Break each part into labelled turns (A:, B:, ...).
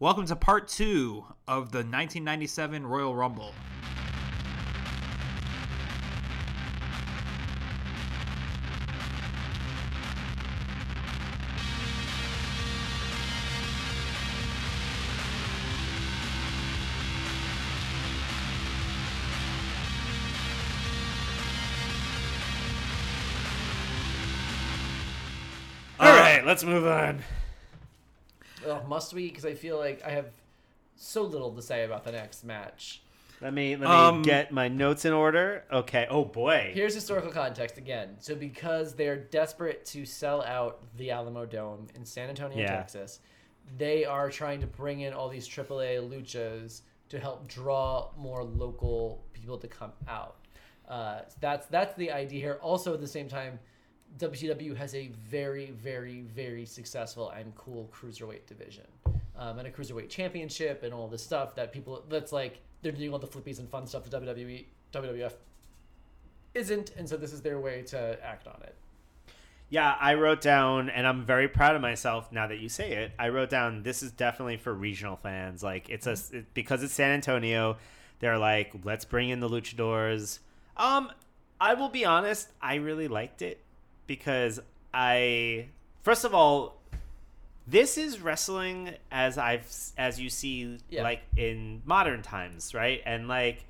A: Welcome to part two of the 1997 Royal Rumble.
B: All right, let's move on.
C: Oh, must we? Because I feel like I have so little to say about the next match.
B: Let me let me
A: Um,
B: get my notes in order. Okay. Oh boy.
C: Here's historical context again. So, because they're desperate to sell out the Alamo Dome in San Antonio,
B: Yeah.
C: Texas, they are trying to bring in all these AAA luchas to help draw more local people to come out. Uh, that's that's the idea here. Also, at the same time, WCW has a very, very, very successful and cool cruiserweight division, um, and a cruiserweight championship, and all this stuff that people that's like they're doing all the flippies and fun stuff that E, WWE, WWF isn't, and so this is their way to act on it.
B: Yeah, I wrote down, and I'm very proud of myself now that you say it. I wrote down this is definitely for regional fans. Like it's a it- because it's San Antonio, they're like let's bring in the luchadors. Um, I will be honest, I really liked it because I first of all, this is wrestling as I've as you see
C: Yeah.
B: like in modern times, right? And like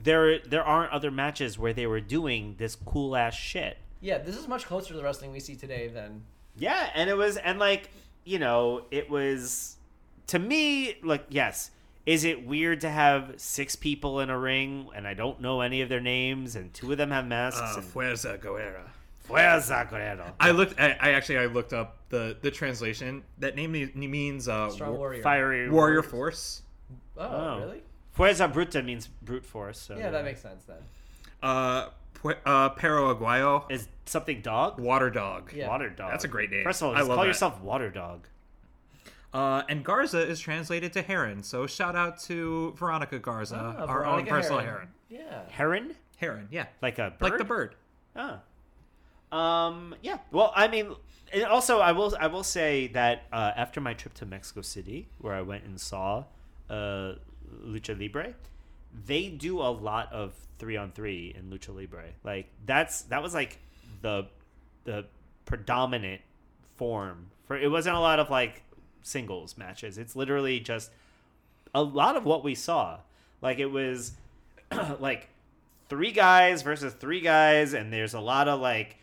B: there there aren't other matches where they were doing this cool ass shit.
C: Yeah, this is much closer to the wrestling we see today than
B: Yeah, and it was and like, you know, it was to me like yes, is it weird to have six people in a ring and I don't know any of their names and two of them have masks
D: Uh,
B: and
D: Fuerza Guerrera.
B: Fuerza Guerrero.
D: I looked. I, I actually I looked up the the translation. That name me- means uh,
C: Strong
D: war-
C: Warrior.
B: Fiery
D: warrior force.
C: Oh,
B: Oh.
C: really?
B: Fuerza Bruta means brute force. So
C: Yeah, that makes sense then.
D: Uh, pu- uh, Perro Aguayo,
B: is something dog?
D: water dog.
C: Yeah.
B: Water dog.
D: That's a great name.
B: First of all,
D: I
B: just
D: love
B: call
D: that.
B: yourself water dog.
D: Uh, and Garza is translated to heron. So shout out to Veronica Garza,
C: Ah,
D: Uh, our own
C: Veronica
D: personal
C: Heron.
D: heron.
C: Yeah.
B: Heron?
D: Heron, yeah,
B: Like a bird?
D: like the bird.
B: Ah. Um. Yeah. Well, I mean, and also, I will. I will say that uh, after my trip to Mexico City, where I went and saw uh, Lucha Libre, they do a lot of three on three in Lucha Libre. Like that's that was like the the predominant form for. It wasn't a lot of like singles matches. It's literally just a lot of what we saw. Like it was like three guys versus three guys, and there's a lot of like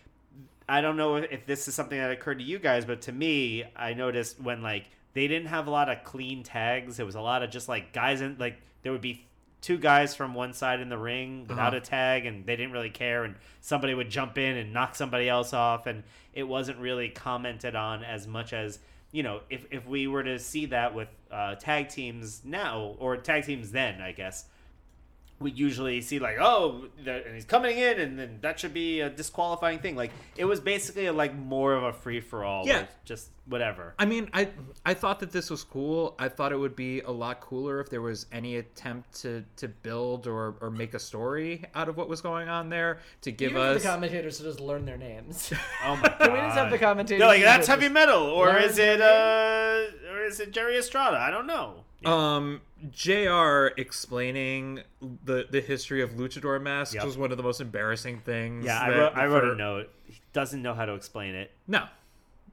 B: I don't know if this is something that occurred to you guys, but to me, I noticed when like they didn't have a lot of clean tags. It was a lot of just like guys in like there would be two guys from one side in the ring without
D: Uh-huh.
B: a tag, and they didn't really care, and somebody would jump in and knock somebody else off, and it wasn't really commented on as much as you know if if we were to see that with uh, tag teams now or tag teams then, I guess we usually see like oh the, and he's coming in and then that should be a disqualifying thing like it was basically like more of a free-for-all
D: Yeah.
B: with just whatever
D: I mean, I I thought that this was cool. I thought it would be a lot cooler if there was any attempt to to build or or make a story out of what was going on there to give
C: Even for
D: us.
C: the commentators to just learn their names.
B: oh my god
C: Can we just have the commentators?
B: They're like
C: to
B: that's
C: just-
B: heavy metal or
C: learn
B: is it uh or is it jerry estrada i don't know
D: Um, Jr. explaining the the history of luchador masks
B: Yep.
D: was one of the most embarrassing things.
B: yeah i
D: that-
B: wrote, I wrote
D: for-
B: a note he doesn't know how to explain it
D: No,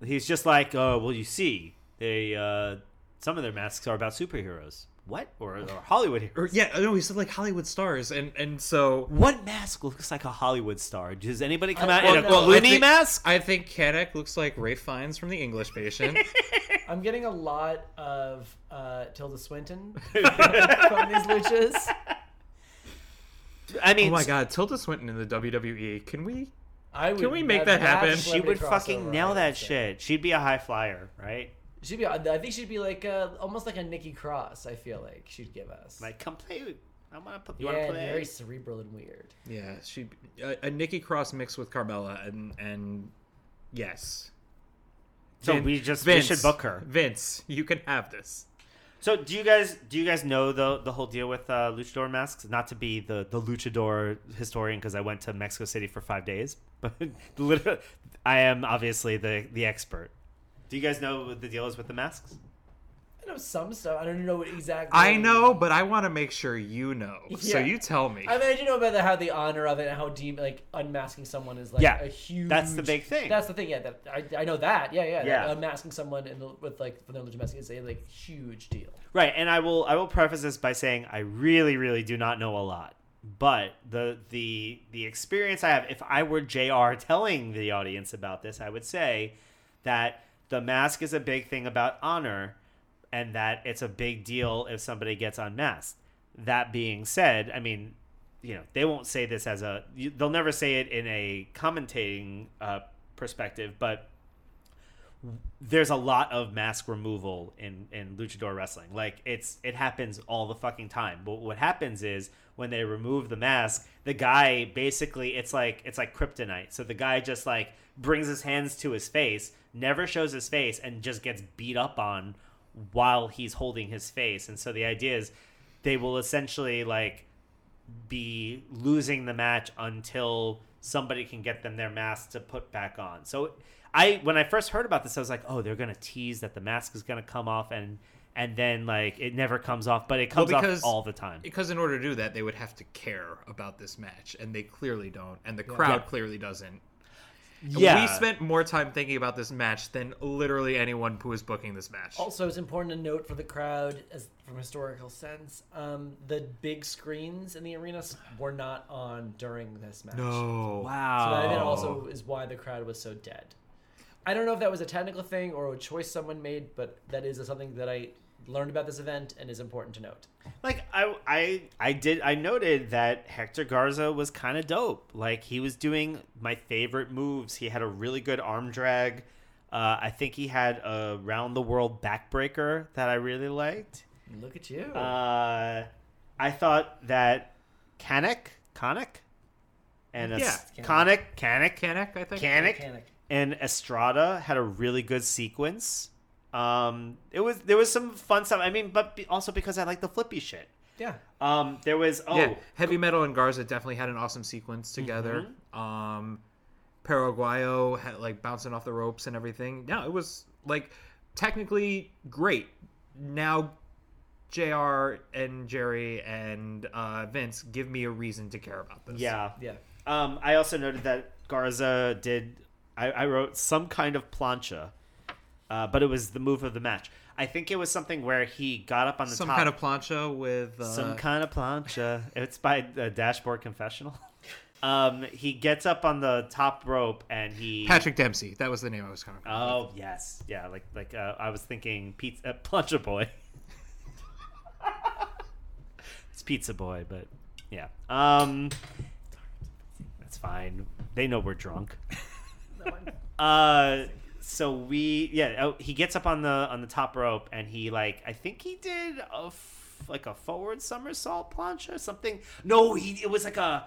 B: he's just like uh, well you see they uh some of their masks are about superheroes what or, or hollywood heroes
D: or yeah, no, he said like Hollywood stars, and and so
B: what mask looks like a Hollywood star? Does anybody come
C: I-
B: out
C: well,
B: in a
C: no, I
B: Clooney
D: think-
B: mask?
D: I think Kanek looks like Ray Fiennes from The English Patient.
C: I'm getting a lot of uh, Tilda Swinton from these luchas.
B: I mean,
D: oh my God, Tilda Swinton in the WWE. Can we?
C: I would,
D: Can we make
C: that's
D: that happen?
C: a
B: she
C: celebrity
B: would fucking
C: crossover, I
B: nail
C: would
B: that
C: say.
B: shit. She'd be a high flyer, right?
C: She'd be. I think she'd be like uh, almost like a Nikki Cross. I feel like she'd give us.
B: Like, come play. with- I want to. You
C: yeah,
B: want to
C: and
B: play?
C: very cerebral and weird.
D: Yeah, she a, a Nikki Cross mix with Carmella, and and yes.
B: So
D: Vin-
B: we just
D: Vince,
B: we should book her.
D: Vince, you can have this.
B: So do you guys do you guys know the the whole deal with uh, luchador masks? Not to be the the luchador historian because I went to Mexico City for five days, but literally, I am obviously the the expert. Do you guys know what the deal is with the masks?
C: I know know some stuff. I don't know exactly.
D: I know, but I want to make sure you know. So
C: Um, Yeah.
D: you tell me.
C: I mean, I do know about the, how the honor of it and how deep, like unmasking someone is like
B: Yeah,
C: a huge.
B: that's the big thing.
C: That's the thing. Yeah, that I, I know that. Yeah, yeah. that
B: Yeah.
C: unmasking someone and with like vanilla domestic is a like huge deal.
B: Right, and I will I will preface this by saying I really really do not know a lot, but the the the experience I have if I were JR telling the audience about this, I would say that the mask is a big thing about honor and that it's a big deal if somebody gets unmasked. That being said, I mean, you know, they won't say this as a you- they'll never say it in a commentating uh, perspective, but there's a lot of mask removal in in luchador wrestling. Like it's it happens all the fucking time. But what happens is when they remove the mask, the guy basically it's like it's like kryptonite. So the guy just like brings his hands to his face, never shows his face and just gets beat up on while he's holding his face. And so the idea is they will essentially like be losing the match until somebody can get them their mask to put back on. So I when I first heard about this I was like, "Oh, they're going to tease that the mask is going to come off and and then like it never comes off, but it comes
D: because-
B: off all the time."
D: because in order to do that, they would have to care about this match, and they clearly don't, and the crowd
B: Yeah.
D: clearly doesn't.
B: Yeah.
D: We spent more time thinking about this match than literally anyone who was booking this match.
C: Also, it's important to note for the crowd, as from historical sense, um, the big screens in the arenas were not on during this match.
D: no.
C: So
B: wow.
C: that then also is why the crowd was so dead. I don't know if that was a technical thing or a choice someone made, but that is something that I learned about this event and is important to note.
B: like I I I did I noted that Hector Garza was kind of dope. Like he was doing my favorite moves. He had a really good arm drag. Uh, I think he had a round the world backbreaker that I really liked.
C: Look at you.
B: Uh, I thought that Kanek, Kanek, and a,
D: Yeah.
B: Kanek, Kanek,
D: Kanek, I think.
B: Kanek, and Estrada had a really good sequence. Um, it was there was some fun stuff. I mean, but be, also because I like the flippy shit.
C: Yeah.
B: Um, there was oh
D: Yeah, Heavy Metal and Garza definitely had an awesome sequence together.
B: Mm-hmm.
D: Um, Paraguayo had like bouncing off the ropes and everything. No, it was like technically great. Now, Jr. and Jerry and uh, Vince give me a reason to care about this.
B: yeah.
C: Yeah.
B: Um, I also noted that Garza did. I, I wrote some kind of plancha, uh, but it was the move of the match. I think it was something where he got up on the
D: some
B: top.
D: kind of plancha with uh,
B: Some kind of plancha. It's by the Dashboard Confessional. Um, he gets up on the top rope and he.
D: Patrick Dempsey. That was the name I was coming. up
B: Oh yes, yeah. Like like uh, I was thinking pizza uh, plancha boy. it's pizza boy, but yeah. Um, that's fine. They know we're drunk. Uh, so we yeah. Oh, he gets up on the on the top rope and he like I think he did a f- like a forward somersault planche or something. No, he it was like a.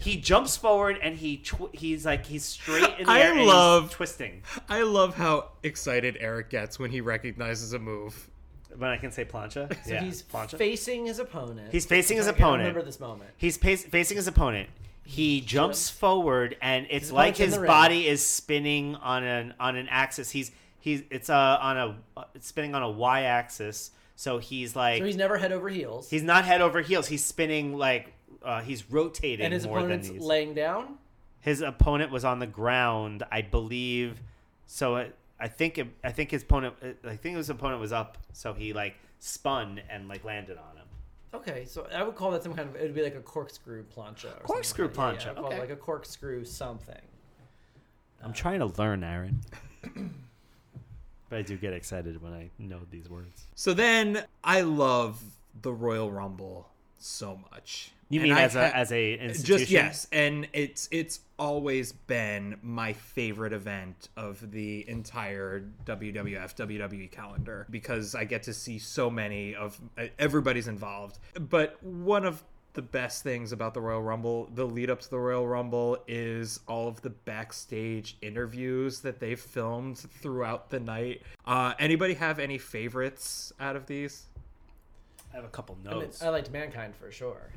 B: He jumps forward and he tw- he's like he's straight in the
D: I
B: air and he's
D: love-
B: twisting.
D: I love how excited Eric gets when he recognizes a move.
B: When I can say plancha,
C: So
B: yeah,
C: he's
B: plancha.
C: facing his opponent.
B: He's facing his
C: I can
B: opponent.
C: remember this moment.
B: He's pace- facing his opponent. He jumps forward, and it's like
C: opponent's in
B: his
C: the ring.
B: body is spinning on an on an axis. He's he's it's uh, on a uh, it's spinning on a y axis. So he's like
C: So he's
B: he's,
C: never head over heels.
B: not head over heels. He's spinning like uh, he's rotating
C: and his
B: more than
C: opponent's
B: he's.
C: laying down.
B: his opponent was on the ground, I believe. So it, I think it, I think his opponent I think his opponent was up. So he like spun and like landed on him.
C: Okay, so I would call that some kind of. It would be like a corkscrew plancha. Or
B: Corkscrew
C: something like that.
B: plancha,
C: I would call it
B: okay.
C: like a corkscrew something.
B: I'm trying to learn, Aaron. but I do get excited when I know these words.
D: So then I love the Royal Rumble so much.
B: You
D: And
B: mean
D: I
B: as a
D: ha-
B: as a institution?
D: just yes, and it's it's always been my favorite event of the entire WWF WWE E calendar because I get to see so many of e, everybody's involved. But one of the best things about the Royal Rumble, the lead up to the Royal Rumble is all of the backstage interviews that they filmed throughout the night. Uh anybody have any favorites out of these?
B: I have a couple
C: I, mean,
D: uh,
B: notes.
C: I liked mankind for sure.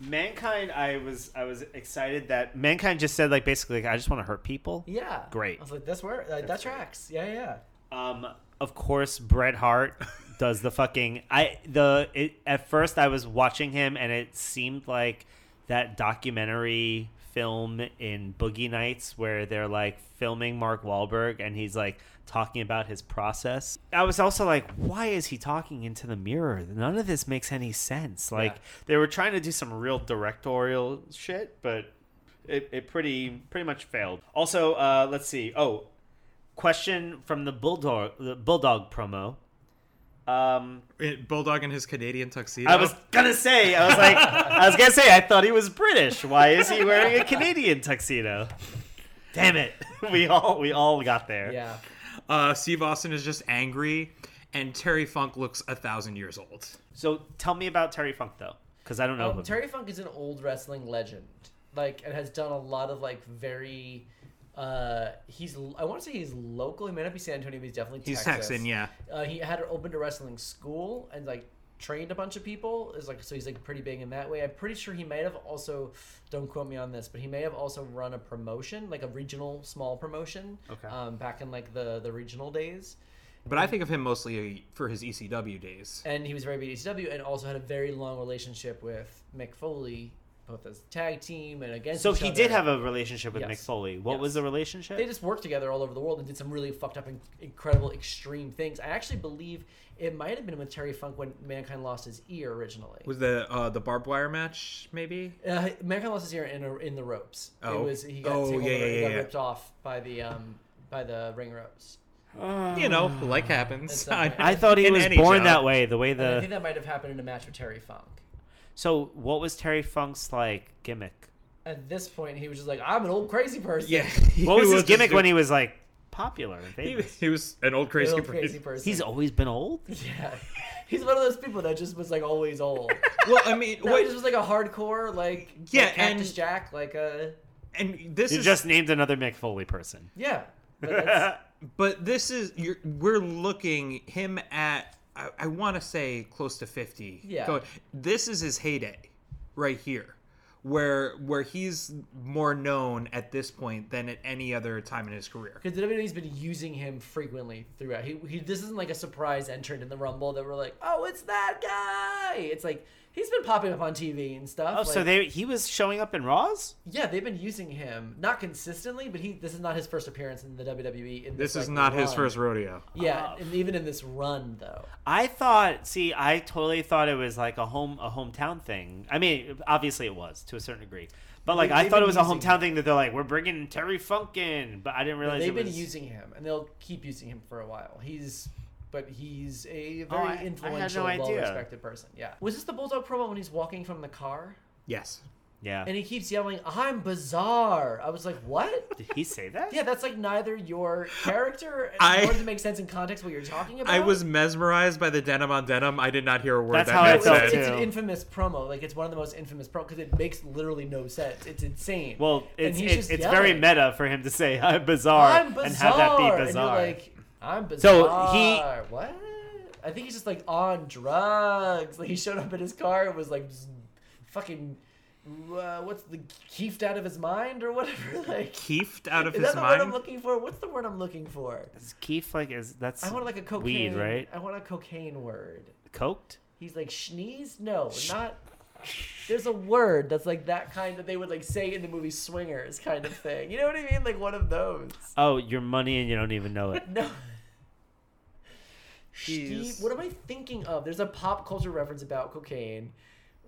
B: Mankind, I was I was excited that Mankind just said like basically like, I just want to hurt people.
C: Yeah.
B: Great.
C: I was like, that's where uh, that tracks. Yeah, yeah.
B: Um of course, Bret Hart does the fucking. I the it, at first I was watching him and it seemed like that documentary film in Boogie Nights where they're like filming Mark Wahlberg and he's like talking about his process. I was also like, why is he talking into the mirror? None of this makes any sense. Like
C: Yeah.
B: they were trying to do some real directorial shit, but it, it pretty pretty much failed. Also, uh, let's see. Oh, question from the bulldog the bulldog promo. Um,
D: It- Bulldog in his Canadian tuxedo.
B: I was gonna say, I was like, I was gonna say, I thought he was British. Why is he wearing a Canadian tuxedo? Damn it, we all we all got there.
C: Yeah.
D: Uh, Steve Austin is just angry, and Terry Funk looks a thousand years old.
B: So tell me about Terry Funk though, because I don't know.
C: Um,
B: him.
C: Terry Funk is an old wrestling legend, like, and has done a lot of like very. Uh, he's I want to say he's local. He may not be San Antonio, but he's definitely
D: He's
C: Texas.
D: Texan, yeah.
C: Uh, he had opened a wrestling school and like trained a bunch of people. Is like so he's like pretty big in that way. I'm pretty sure he might have also. Don't quote me on this, but he may have also run a promotion, like a regional small promotion.
B: Okay.
C: Um, back in like the the regional days.
D: But I think of him mostly for his ECW days.
C: and he was very big at ECW, and also had a very long relationship with Mick Foley, both as tag team and against.
B: So
C: each
B: he
C: other.
B: did have a relationship with
C: Yes.
B: Mick Foley. What
C: Yes.
B: was the relationship?
C: They just worked together all over the world and did some really fucked up, in- incredible, extreme things. I actually believe it might have been with Terry Funk when Mankind lost his ear originally.
D: Was the uh, the barbed wire match maybe?
C: uh, Mankind lost his ear in a, in the ropes.
D: Oh.
C: It was he got,
D: Oh,
C: taken
D: yeah, yeah,
C: over- he got
D: yeah, yeah.
C: ripped off by the um by the ring ropes.
B: Uh,
D: you know, like happens.
C: It's uh, okay.
B: I thought he
D: In
B: was
D: any
B: born
D: job.
B: that way. The way
C: And I
D: Uh.
B: the
C: think that might have happened in a match with Terry Funk.
B: so what was Terry Funk's like gimmick?
C: At this point, he was just like, "I'm an old crazy person."
D: yeah.
B: What was his gimmick when he was like popular? and
D: he,
B: famous?
D: he was an old crazy,
C: An old
D: person.
C: crazy person.
B: He's always been old.
C: Yeah, he's one of those people that just was like always old.
D: Well, I mean,
C: No,
D: what,
C: he just was like a hardcore like
D: Yeah,
C: like Cactus
D: and-
C: Jack, like uh, a
D: and this
B: You
D: is
B: just named another Mick Foley person.
C: yeah. But that's,
D: but this is you're, we're looking him at i, I want to say close to 50
C: Yeah.
D: Go- this is his heyday right here where where he's more known at this point than at any other time in his career
C: because the WWE's been using him frequently throughout. He, he this isn't like a surprise entrant in the Rumble that we're like, oh, it's that guy. It's like he's been popping up on TV and stuff.
B: Oh, so
C: like-
B: they he was showing up in Raws?
C: yeah, they've been using him not consistently, but he this is not his first appearance in the WWE. In
D: this
C: this,
D: is
C: like,
D: not his
C: run.
D: first rodeo
B: Ah.
C: Yeah, and even in this run though.
B: I thought see, I totally thought it was like a home a hometown thing. I mean, obviously it was to a certain degree. But like
C: They-
B: I
C: they've
B: thought it was
C: been
B: a
C: using
B: hometown
C: it.
B: thing that they're like, we're bringing Terry Funk in, but I didn't realize
C: They've
B: it
C: been
B: was
C: using him, and they'll keep using him for a while. He's, but he's a very
B: Oh, I- I had no
C: influential,
B: idea.
C: well-respected person. Yeah. Was this the bulldog promo when he's walking from the car
D: yes
B: Yeah.
C: and he keeps yelling, "I'm bizarre"? I was like, "What?"
B: Did he say that?
C: yeah, that's like neither your character
D: I-
C: nor does it make sense in context what you're talking about.
D: i was mesmerized by the denim on denim i did not hear a word
B: That's
D: that
B: how I
D: man
C: It's,
B: felt,
D: said.
C: it's an
B: too.
C: infamous promo. Like it's one of the most infamous promo because it makes literally no sense. It's insane.
B: Well, it's
C: he's
B: it-
C: just
B: it's
C: yelling.
B: very meta for him to say I'm bizarre,
C: I'm bizarre,
B: and have that
C: and
B: be
C: you're
B: bizarre.
C: like, I'm bizarre.
B: So
C: So
B: he-
C: he what? I think he's just like on drugs. Like he showed up in his car and was like, just fucking, uh, what's the keefed out of his mind or whatever. Like,
D: keefed out of
C: is
D: his
C: that the word I'm
D: mind
C: looking for? What's the word I'm looking for?
B: is Keef like is that's
C: I want like a cocaine.
B: weed, right?
C: I want a cocaine word.
B: Coked?
C: He's like sneeze. No, not. There's a word that's like that kind that they would like say in the movie Swingers kind of thing. You know what I mean? Like one of those.
B: Oh, your money and you don't even know it.
C: No.
D: Jeez.
C: Steve, what am I thinking of? There's a pop culture reference about cocaine.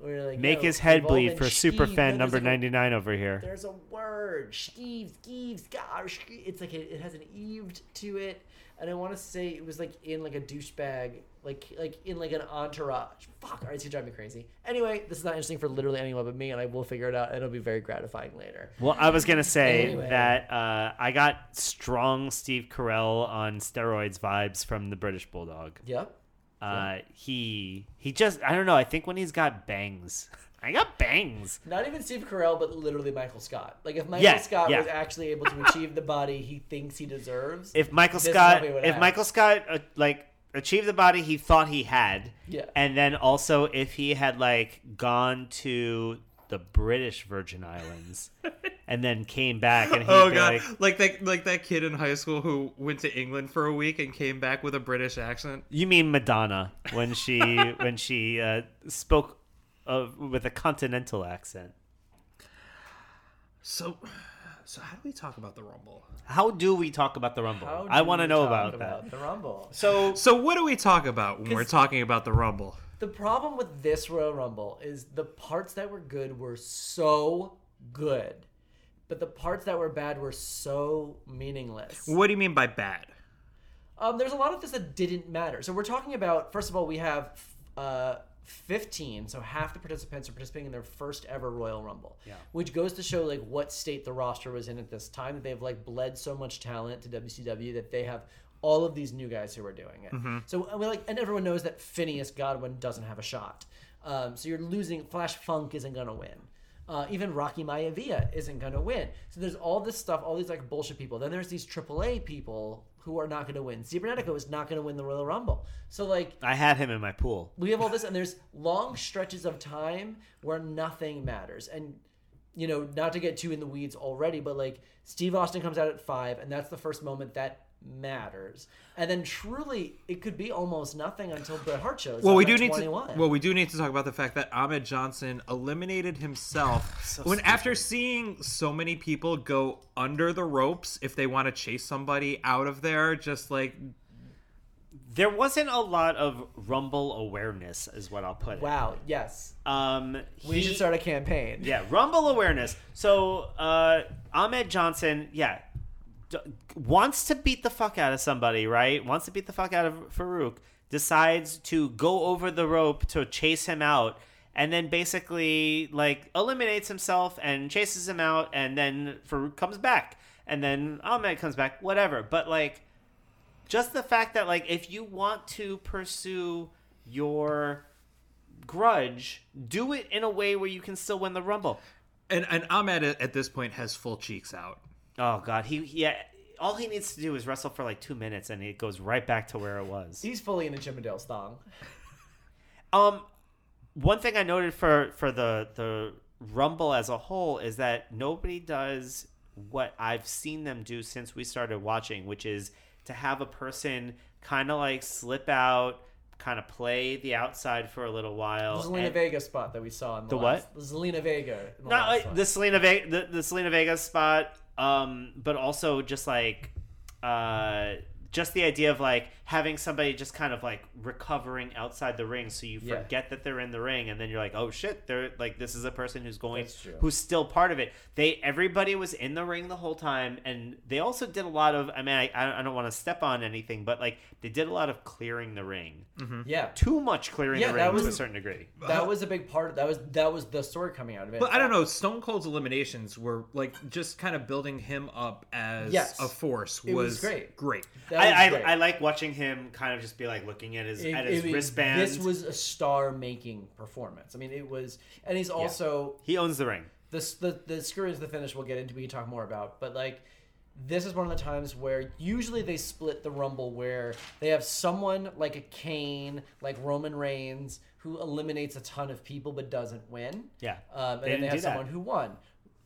C: Where like,
B: Make
C: no,
B: his head
C: we've all
B: bleed
C: been
B: for
C: Steve.
B: super fan
C: No, there's
B: number
C: like a-
B: 99 over here.
C: There's a word, Steve's, Steve's, gosh, it's like it, it has an eaved to it, and I want to say it was like in like a douchebag, like like in like an entourage. Fuck, all right, it's gonna drive me crazy. Anyway, this is not interesting for literally anyone but me, and I will figure it out, and it'll be very gratifying later.
B: Well, I was gonna say
C: Anyway.
B: that uh, I got strong Steve Carell on steroids vibes from the British Bulldog.
C: Yep.
B: Uh, he he just I don't know. I think when he's got bangs, I got bangs.
C: Not even Steve Carell, but literally Michael Scott. Like if Michael
B: Yeah,
C: Scott
B: yeah.
C: was actually able to achieve the body he thinks he deserves,
B: If Michael
C: This is
B: Scott,
C: probably what
B: if
C: I-
B: Michael Scott uh, like achieved the body he thought he had,
C: Yeah.
B: and then also if he had like gone to the British Virgin Islands and then came back and he'd
D: Oh
B: be
D: god,
B: like,
D: like, that like that kid in high school who went to England for a week and came back with a British accent.
B: You mean Madonna when she when she uh, spoke of, with a continental accent?
D: So, so how do we talk about the Rumble?
B: How do we talk about the Rumble?
C: How
B: I
C: do
B: want to
C: we
B: know
C: talk
B: about, that.
C: the Rumble.
B: So
D: So what do we talk about when we're talking about the Rumble?
C: The problem with this Royal Rumble is the parts that were good were so good, but the parts that were bad were so meaningless.
D: What do you mean by bad?
C: Um, there's a lot of this that didn't matter. So we're talking about first of all, we have uh, 15, so half the participants are participating in their first ever Royal Rumble, yeah. which goes to show like what state the roster was in at this time. That they've like bled so much talent to WCW that they have all of these new guys who are doing it. So and we like, and everyone knows that Phineas Godwin doesn't have a shot. Um, so you're losing. Flash Funk isn't gonna win. Uh, even Rocky Maivia isn't going to win. So there's all this stuff, all these like bullshit people. Then there's these AAA people who are not going to win. Cybernetico is not going to win the Royal Rumble. So like
B: I had him in my pool.
C: we have all this, and there's long stretches of time where nothing matters. And you know, not to get too in the weeds already, but like Steve Austin comes out at five, and that's the first moment that matters. And then truly, it could be almost nothing until Bret Hart shows.
D: Well,
C: up
D: we
C: at
D: do need
C: 21.
D: to. Well, we do need to talk about the fact that Ahmed Johnson eliminated himself when after seeing so many people go under the ropes if they want to chase somebody out of there, just like
B: There wasn't a lot of Rumble awareness, is what I'll put.
C: wow. Yes,
B: It. Um,
C: we
B: he-
C: should start a campaign.
B: Yeah, Rumble awareness. So uh, Ahmed Johnson, yeah, d- wants to beat the fuck out of somebody, right? Wants to beat the fuck out of Farouk. Decides to go over the rope to chase him out, and then basically like eliminates himself and chases him out, and then Farouk comes back, and then Ahmed comes back, whatever. But like, just the fact that like if you want to pursue your grudge, do it in a way where you can still win the rumble.
D: and and Ahmed at at this point has full cheeks out.
B: Oh god, he yeah. All he needs to do is wrestle for like two minutes, and it goes right back to where it was.
C: He's fully in a Jim and Dale's thong.
B: Um, one thing I noted for for the the Rumble as a whole is that nobody does what I've seen them do since we started watching, which is to have a person kind of like slip out, kind of play the outside for a little while.
C: Zelina
B: and-
C: Vega spot that we saw in the,
B: The
C: last, what? Zelina Vega. in the
B: not
C: last
B: like
C: one.
B: the Selena Vega, the, the Selena Vega spot, um, but also just like, uh, just the idea of like having somebody just kind of like recovering outside the ring, so you
C: Yeah.
B: forget that they're in the ring, and then you're like, oh shit, they're like this is a person who's going,
C: That's true.
B: who's still part of it. They everybody was in the ring the whole time, and they also did a lot of. I mean, I I don't want to step on anything, but like they did a lot of clearing the ring,
C: yeah,
B: too much clearing
C: Mm. Yeah,
B: the
C: that
B: ring to a
C: was-
B: certain degree.
C: that was a big part. Of, that was that was the story coming out of it.
D: But I don't know. Stone Cold's eliminations were like just kind of building him up as
C: Yes.
D: a force was,
C: It was great.
D: Great.
C: That was
B: I,
C: great.
B: I, I like watching him kind of just be like looking at his
C: It-
B: at his
C: it- it-
B: wristband.
C: This was a star-making performance. I mean, it was, and he's also
B: he owns the ring.
C: this the the screw is the finish. We'll get into. We can talk more about, but like. This is one of the times where usually they split the rumble where they have someone like a Kane, like Roman Reigns, who eliminates a ton of people but doesn't win.
B: Yeah.
C: Um, and
B: They
C: then they
B: didn't
C: have
B: do that.
C: someone who won.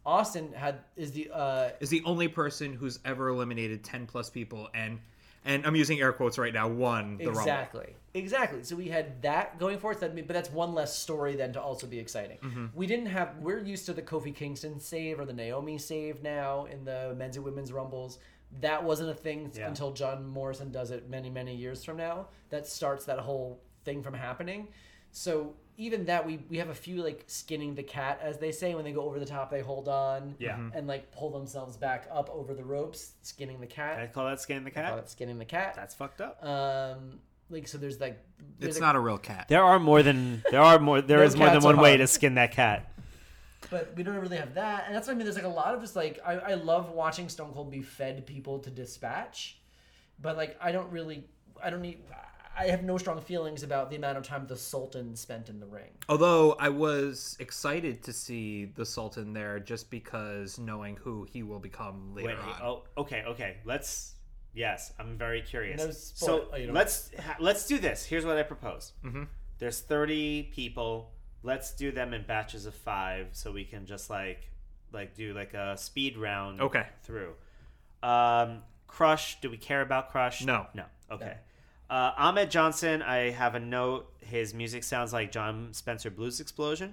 C: Austin had is the uh,
D: Is the only person who's ever eliminated ten plus people, and and I'm using air quotes right now. Won the Rumble.
C: exactly exactly so we had that going for us that but that's one less story then to also be exciting
B: Mm-hmm.
C: we didn't have we're used to the kofi kingston save or the naomi save now in the men's and women's rumbles that wasn't a thing
B: Yeah.
C: until john morrison does it many many years from now that starts that whole thing from happening so even that we we have a few like skinning the cat as they say when they go over the top they hold on
B: Yeah. Mhm.
C: and like pull themselves back up over the ropes skinning the
B: I
C: cat
B: call that skin the
C: Call
B: cat.
C: it skinning the cat
B: That's fucked up.
C: um like so there's like there's
D: It's
C: a-
D: not a real cat.
B: There are more than there are more there
C: No
B: is more than
C: cats are
B: one way
C: hard.
B: to skin that cat.
C: but we don't really have that and that's what i mean there's like a lot of just like i, I love watching stone cold be fed people to dispatch but like i don't really i don't need i have no strong feelings about the amount of time the sultan spent in the ring
D: Although I was excited to see the Sultan there just because knowing who he will become later
B: Wait,
D: on.
B: oh, okay, okay. Let's. Yes, I'm very curious.
C: No
B: so
C: spoil- oh, you don't-
B: let's ha- let's do this. Here's what I propose.
C: Mm-hmm.
B: There's 30 people. Let's do them in batches of five, so we can just like like do like a speed round
D: Okay.
B: through. Um, Crush, do we care about Crush?
D: No.
B: No. Okay. Uh, Ahmed Johnson, I have a note. His music sounds like John Spencer Blues Explosion.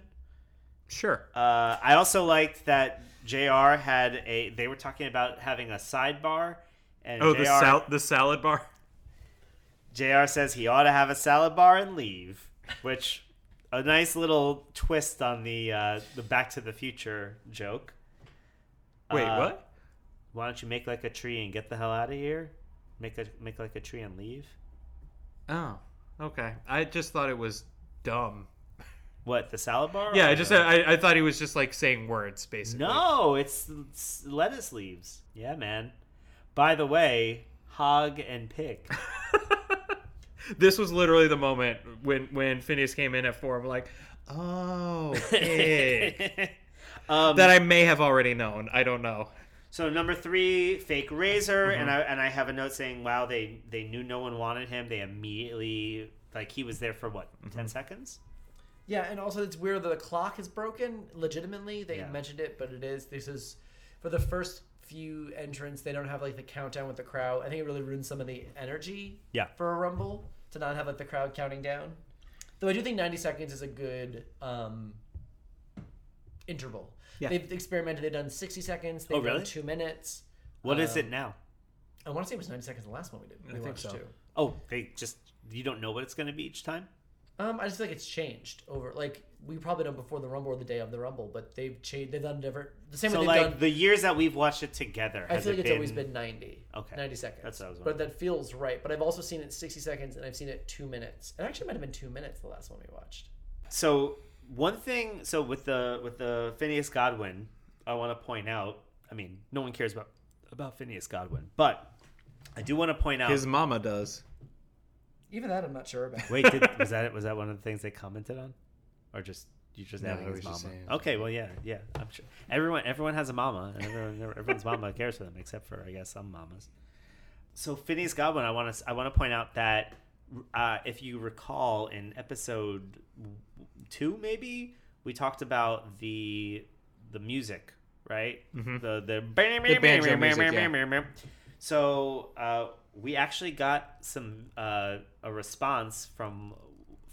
D: Sure.
B: Uh, I also liked that JR had a. They were talking about having a sidebar, and
D: Oh,
B: JR,
D: the sal- the salad bar.
B: JR says he ought to have a salad bar and leave, which a nice little twist on the uh, the Back to the Future joke.
D: Wait,
B: Uh,
D: what?
B: Why don't you make like a tree and get the hell out of here? Make a make like a tree and leave.
D: Oh, okay. I just thought it was dumb.
B: What the salad bar?
D: Yeah,
B: or
D: I just
B: the-
D: I, I thought he was just like saying words basically.
B: No, it's, it's lettuce leaves. Yeah, man. By the way, hog and pig.
D: This was literally the moment when when Phineas came in at four. I'm like, oh, pig.
B: um,
D: that I may have already known. I don't know.
B: so number three, fake razor, and
C: Mm-hmm.
B: I and I have a note saying, "Wow, they they knew no one wanted him. They immediately like he was there for what
C: Mm-hmm.
B: 10 seconds."
C: Yeah, and also it's weird that the clock is broken legitimately. They
B: Yeah.
C: mentioned it, but it is. This is for the first few entrants, they don't have like the countdown with the crowd. I think it really ruins some of the energy
B: Yeah.
C: for a rumble to not have like the crowd counting down. Though I do think 90 seconds is a good um interval.
D: Yeah.
C: They've experimented, they've done 60 seconds, they've
B: Oh, really?
C: done two minutes.
B: What is
C: Um,
B: it now?
C: I want to say it was 90 seconds the last one we did. We
D: think
C: watched
D: so.
C: too.
B: Oh, they just you don't know what it's going to be each time.
C: Um, I just feel like it's changed over. Like we probably know before the Rumble or the day of the Rumble, but they've changed. They've done different. The same. way
B: So
C: they've
B: like
C: done,
B: the years that we've watched it together,
C: I
B: has
C: feel
B: it
C: like it's
B: been,
C: always been ninety.
B: Okay.
C: Ninety seconds.
B: That's what I was
C: but that feels right. But I've also seen it sixty seconds, and I've seen it two minutes. It actually might have been two minutes the last one we watched.
B: So one thing, so with the with the Phineas Godwin, I want to point out. I mean, no one cares about about Phineas Godwin, but I do want to point out.
D: His mama does.
C: Even that, I'm not sure about.
B: Wait, did, was that was that one of the things they commented on, or just you just
D: No,
B: having
D: he
B: his
D: was
B: mama?
D: just saying-
B: okay, well, yeah, yeah, I'm sure everyone everyone has a mama, and everyone, everyone's mama cares for them, except for I guess some mamas. So Phineas Godwin, I want to I want to point out that uh, if you recall in episode two, maybe we talked about the the music, right? The the,
D: Mm-hmm. The banjo music, yeah.
B: So uh, we actually got some uh, a response from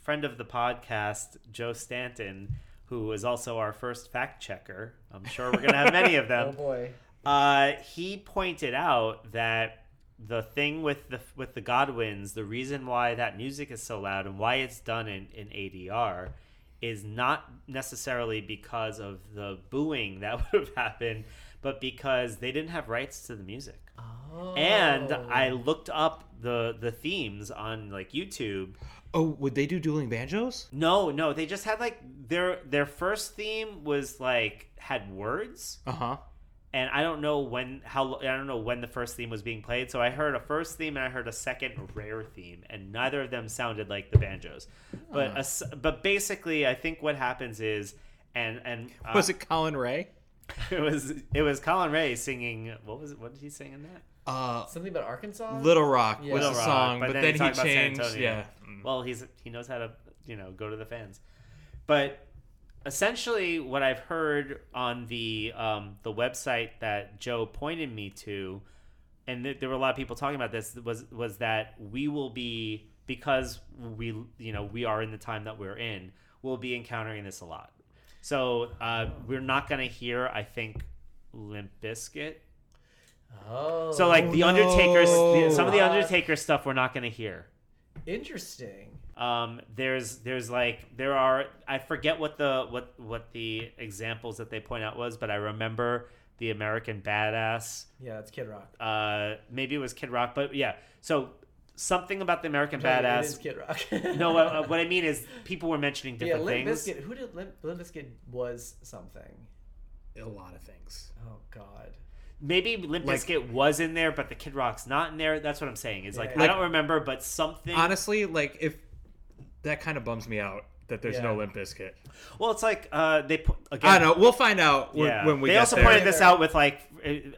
B: friend of the podcast Joe Stanton, who is also our first fact checker. I'm sure we're gonna have many of
C: Oh
B: them.
C: boy.
B: Uh, he pointed out that the thing with the with the Godwins, the reason why that music is so loud and why it's done in, in ADR is not necessarily because of the booing that would have happened, but because they didn't have rights to the music.
C: Oh.
B: And I looked up the the themes on like YouTube
D: Oh, would they do dueling banjos?
B: no, no, they just had like their their first theme was like had words,
D: Uh huh.
B: and I don't know when how I don't know when the first theme was being played. So I heard a first theme and I heard a second rare theme, and neither of them sounded like the banjos. But a s but basically, I think what happens is, and and uh,
D: Was it Colin Ray?
B: it was it was Colin Ray singing. What was it? What did he sing in that?
D: Uh,
C: something about Arkansas.
D: Little Rock
C: Yeah.
D: was
C: Little
D: the
B: Rock,
D: song, but, then, he
B: talked about San
D: changed.
B: Antonio.
D: Yeah.
B: Well, he's he knows how to you know go to the fans, but essentially what I've heard on the um, the website that Joe pointed me to, and th- there were a lot of people talking about this was was that we will be because we you know we are in the time that we're in we'll be encountering this a lot. So uh, we're not gonna hear I think Limp Biscuit.
C: Oh.
B: So like the Undertaker's
D: no.
B: some of the
C: Wow.
B: Undertaker stuff we're not gonna hear.
C: interesting.
B: Um, there's there's like there are I forget what the what what the examples that they point out was, but I remember the American Badass.
C: Yeah, it's Kid Rock.
B: Uh, maybe it was Kid Rock, but yeah. So something about the American
C: It is
B: Badass.
C: Kid Rock.
B: No, what, uh, what I mean is people were mentioning
C: yeah,
B: different
C: Limp
B: things.
C: Bizkit. Who did Limp, Limp Bizkit was something?
D: A lot of things.
C: Oh God.
B: Maybe Limp
D: Like-
B: Bizkit was in there, but the Kid Rock's not in there. That's what I'm saying. Is like,
C: Yeah.
B: I don't remember, but something.
D: Honestly, like if that kind of bums me out that there's no
C: Yeah.
D: Limp Bizkit.
B: well, it's like uh, they po- again.
D: I don't know. We'll find out when,
B: Yeah.
D: when we
B: they
D: get
B: also
D: there.
B: pointed this out with like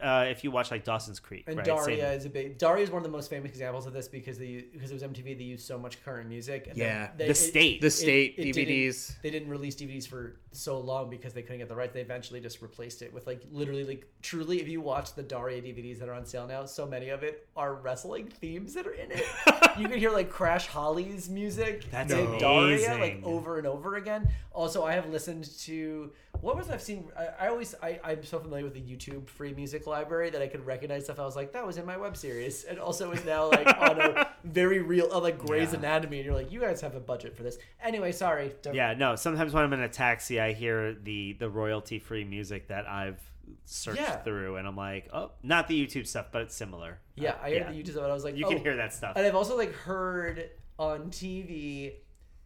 B: uh, if you watch like Dawson's Creek
C: And
B: right?
C: Daria
B: Same-
C: is a big Daria is one of the most famous examples of this because they because it was MTV they used so much current music. And
D: Yeah.
C: they,
B: the state.
D: the state
C: it didn't-
D: DVDs.
C: they didn't release DVDs for so long because they couldn't get the rights. They eventually just replaced it with like literally like truly. If you watch the Daria DVDs that are on sale now, so many of it are wrestling themes that are in it. you can hear like Crash Holly's music
B: That's
C: in Daria like
B: amazing.
C: over and over again. Also, I have listened to what was I've seen. I, I always I, I'm so familiar with the YouTube free music library that I could recognize stuff. I was like, that was in my web series, and also is now like on a very real, on like Grey's Anatomy, and you're like, you guys have a budget for this. Anyway, sorry. Don't-
B: Yeah, no. Sometimes when I'm in a taxi, I hear the the royalty free music that I've searched
C: Yeah.
B: through, and I'm like, oh, not the YouTube stuff, but it's similar.
C: Yeah,
B: Uh,
C: I heard the YouTube stuff, and I was like,
B: You
C: oh.
B: can hear that stuff.
D: Uh,
C: And I've also like heard on TV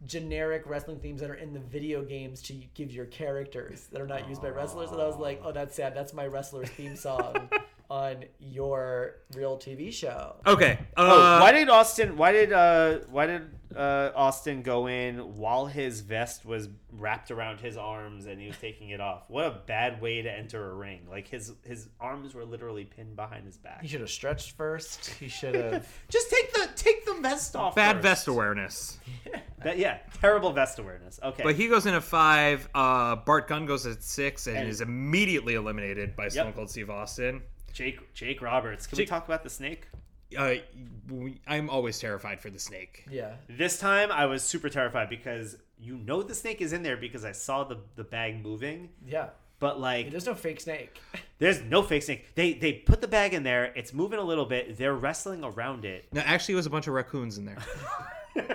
C: generic wrestling themes that are in the video games to give your characters that are not used by wrestlers. And I was like, oh, that's sad. That's my wrestler's theme song on your real TV show.
D: Okay.
B: Oh,
D: Uh,
B: why did Austin? Why did uh? Why did uh Austin go in while his vest was wrapped around his arms and he was taking it off? What a bad way to enter a ring! Like his his arms were literally pinned behind his back.
C: He should have stretched first. He should have.
B: Just take the take the vest off.
D: Bad
B: first.
D: vest awareness.
B: That- yeah, terrible vest awareness. Okay,
D: But he goes in at five. Uh, Bart Gunn goes at six and,
B: And-
D: is immediately eliminated by Stone
B: Yep.
D: Cold Steve Austin.
B: Jake Jake Roberts. Can we
D: Jake-
B: talk about the snake?
D: Uh, we, I'm always terrified for the snake.
C: yeah.
B: This time I was super terrified because you know the snake is in there because I saw the the bag moving.
C: Yeah.
B: But like
C: There's no fake snake.
B: There's no fake snake. They they put the bag in there. It's moving a little bit. They're wrestling around it.
D: No, actually, it was a bunch of raccoons in there.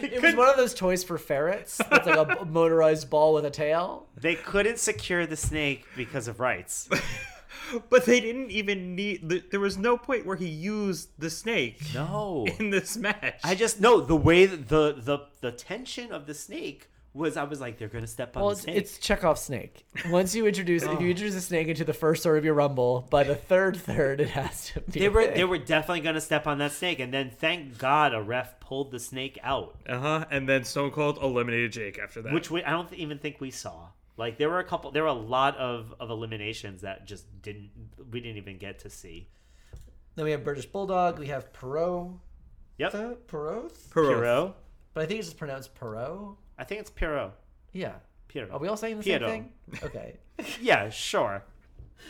C: It was one of those toys for ferrets. It's like a motorized ball with a tail.
B: They couldn't secure the snake because of rights.
D: but they didn't even need. th- There was no point where he used the snake
B: No.
D: in this match.
B: I just no the way that the the the tension of the snake was. I was like, they're gonna step on
C: Well,
B: the
C: it's,
B: snake.
C: it's Chekhov's snake. Once you introduce, if you introduce a snake into the first third of your rumble, by the third third, it has to be.
B: they
C: a
B: were
C: thing.
B: they were definitely gonna step on that snake, and then thank God a ref pulled the snake out,
D: Uh huh. And then Stone Cold eliminated Jake after that.
B: which we, I don't even think we saw. Like there were a couple, there were a lot of of eliminations that just didn't we didn't even get to see.
C: Then we have British Bulldog. We have Perot.
B: Yep,
C: Perot.
D: Perot.
B: Pierrot.
C: But I think it's just pronounced Perot.
B: I think it's Pierrot.
C: Yeah.
B: Pierrot.
C: Are we all saying the
B: Pierrot.
C: same thing? Okay.
B: Yeah, sure.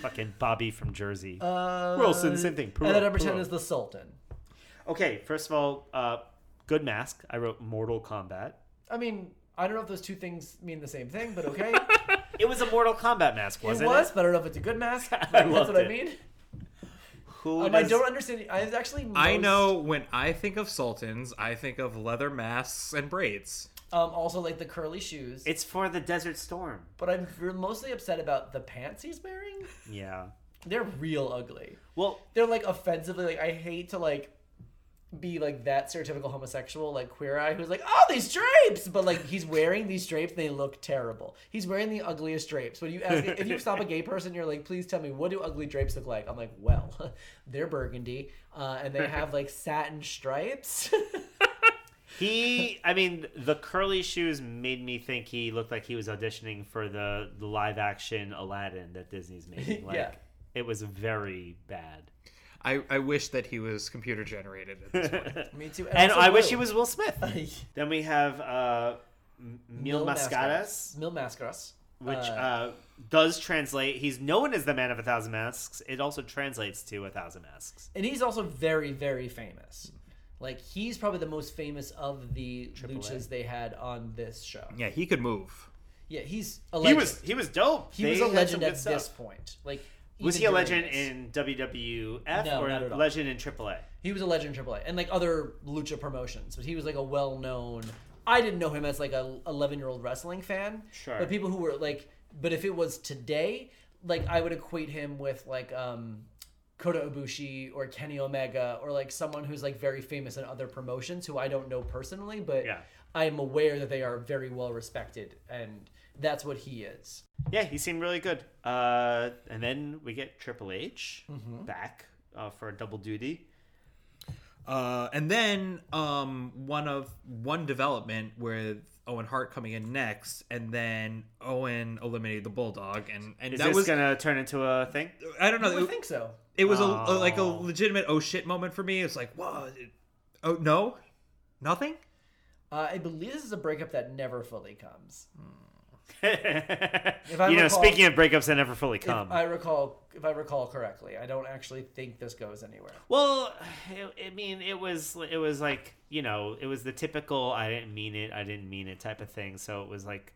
B: Fucking Bobby from Jersey.
C: Uh,
B: Wilson, same thing.
C: and
B: Perot,
C: then number ten
B: Perot.
C: is the Sultan.
B: okay, first of all, uh, good mask. I wrote Mortal Kombat.
C: I mean, I don't know if those two things mean the same thing, but okay.
B: It was a Mortal Kombat mask,
C: it was,
B: wasn't it?
C: but I don't know if it's a good mask. That's
B: loved
C: what I
B: it.
C: mean.
B: Who
C: Um, I
B: does-
C: don't understand. I was actually.
D: I
C: most-
D: know when I think of sultans, I think of leather masks and braids.
C: Um, also, like the curly shoes.
B: It's for the Desert Storm.
C: but I'm mostly upset about the pants he's wearing.
B: Yeah.
C: They're real ugly.
B: Well,
C: They're like offensively like I hate to like be like that stereotypical homosexual like queer eye who's like oh these drapes but like he's wearing these drapes and they look terrible he's wearing the ugliest drapes when you ask if you stop a gay person you're like please tell me what do ugly drapes look like i'm like well they're burgundy uh, and they have like satin stripes
B: he. I mean, the curly shoes made me think he looked like he was auditioning for the, the live action Aladdin that Disney's making. Like,
C: Yeah.
B: It was very bad.
D: I, I wish that he was computer generated at this point.
C: me too
B: And
C: also
B: I wish he
C: blue.
B: was Will Smith. Then we have uh, M- Mil Mascaras,
C: mil mascaras
B: which
C: Uh,
B: uh, does translate. He's known as the Man of a Thousand Masks. It also translates to a Thousand Masks.
C: and he's also very very famous like he's probably the most famous of the
B: Triple A.
C: luchas they had on this show
D: Yeah, he could move.
C: yeah he's a
B: He
C: legend.
B: was he was dope.
C: he
B: They
C: was a
B: had some
C: legend
B: good
C: at
B: stuff.
C: this point like
B: Was
C: even
B: he a
C: during
B: legend
C: this.
B: in WWF
C: No,
B: or
C: not at
B: a
C: all.
B: legend in AAA?
C: he was a legend in aaa and like other lucha promotions but he was like a well-known i didn't know him as like a 11 year old wrestling fan
B: Sure.
C: but people who were like but if it was today like i would equate him with like um Kota Ibushi or Kenny Omega or like someone who's like very famous in other promotions who I don't know personally, but
B: Yeah.
C: I am aware that they are very well respected and that's what he is.
B: Yeah, he seemed really good. Uh, and then we get Triple H
C: Mm-hmm.
B: back uh, for double duty.
D: Uh, and then um, one of one development with Owen Hart coming in next, and then Owen eliminated the Bulldog, and and
B: Is
D: that
B: this
D: was
B: gonna turn into a thing?
D: I don't know.
C: I
D: It,
C: think so.
D: it was a, a-
B: Oh.
D: like a legitimate oh shit moment for me. It's like whoa, it- oh no, nothing.
C: Uh, I believe this is a breakup that never fully comes.
B: you
C: If
B: know,
C: I recall-
B: speaking of breakups that never fully
C: If
B: come.
C: I recall, if I recall correctly, I don't actually think this goes anywhere.
B: Well, I I mean, it was it was like you know, it was the typical "I didn't mean it, I didn't mean it" type of thing. So it was like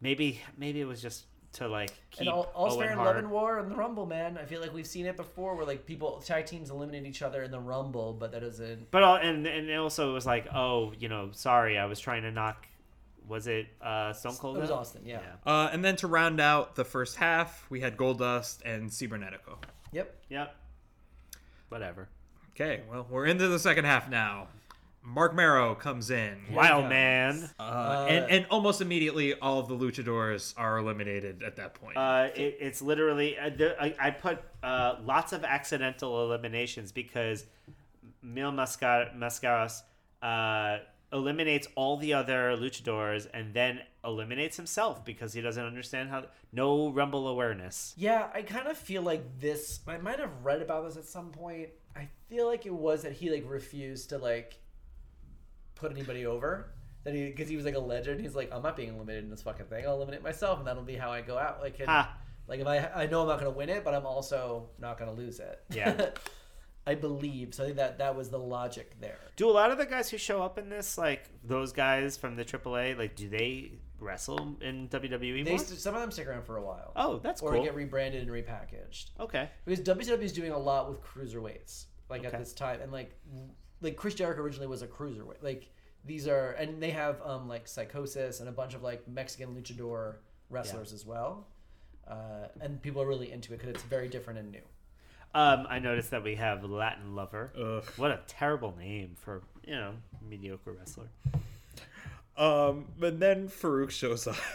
B: maybe maybe it was just to like keep
C: and all, all's
B: Owen
C: fair in
B: Hart.
C: love and war and the Rumble, man. I feel like we've seen it before, where like people tag teams eliminate each other in the Rumble, but that doesn't.
B: But all, and and it also it was like, oh, you know, sorry, I was trying to knock. Was it uh, Stone Cold?
C: It was
B: out?
C: Austin, yeah.
B: Yeah.
D: Uh, and then to round out the first half, we had Goldust and Cibernetico.
C: Yep.
B: Yep. Whatever.
D: Okay, well, we're into the second half now. Mark Marrow comes in.
B: Wild
C: comes.
B: man.
D: Uh, and, and almost immediately, all of the luchadors are eliminated at that point.
B: Uh, it, it's literally uh, there, I, I put uh, lots of accidental eliminations because Mil Mascar- Mascaras uh, eliminates all the other luchadors and then eliminates himself because he doesn't understand how no rumble awareness.
C: Yeah, I kind of feel like this. I might have read about this at some point. I feel like it was that he like refused to like put anybody over. That he because he was like a legend. He's like, I'm not being eliminated in this fucking thing. I'll eliminate myself, and that'll be how I go out. Like, and,
B: Ha.
C: like if I I know I'm not gonna win it, but I'm also not gonna lose it.
B: Yeah.
C: I believe so. I think that that was the logic there.
B: Do a lot of the guys who show up in this like those guys from the AAA like do they wrestle in WWE?
C: They
B: More?
C: st- some of them stick around for a while.
B: oh, that's
C: or
B: cool.
C: get rebranded and repackaged.
B: okay.
C: because WCW is doing a lot with cruiserweights, like
B: Okay.
C: at this time, and like like Chris Jericho originally was a cruiserweight. Like these are, and they have um like Psychosis and a bunch of like Mexican luchador wrestlers as well, uh, and people are really into it because it's very different and new.
B: Um, I noticed that we have Latin Lover.
D: Ugh.
B: What a terrible name for you know mediocre wrestler.
D: Um, but then Farouk shows up.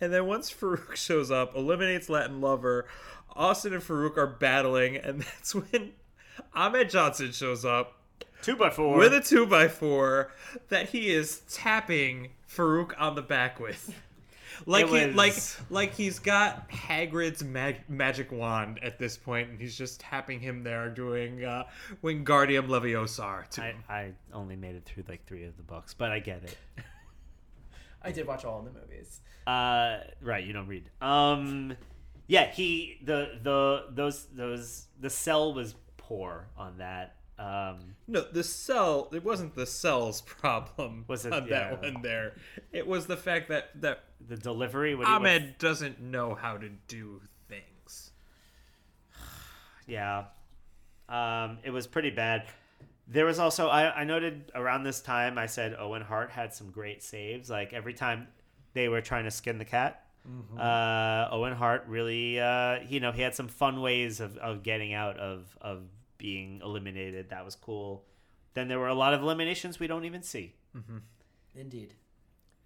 D: And then once Farouk shows up, eliminates Latin Lover, Austin and Farouk are battling, and that's when Ahmed Johnson shows up
B: Two by four.
D: with a two by four that he is tapping Farouk on the back with. Like
B: It
D: he,
B: was-
D: like like he's got Hagrid's mag- magic wand at this point, and he's just tapping him there, doing uh, Wingardium Leviosa to
B: I,
D: him.
B: I only made it through like three of the books, but I get it.
C: I did watch all of the movies.
B: Uh, right, you don't read. Um, yeah, he the the those those the cell was poor on that. Um,
D: No, the cell. It wasn't the cell's problem.
B: Was it-
D: on that
B: yeah.
D: one there? It was the fact that that
B: the delivery. What he was-
D: Ahmed doesn't know how to do things.
B: Yeah. Um, it was pretty bad. There was also I, I noted around this time I said Owen Hart had some great saves. Like every time they were trying to skin the cat, uh, Owen Hart really uh, you know he had some fun ways of, of getting out of of being eliminated. That was cool. Then there were a lot of eliminations we don't even see.
C: Indeed,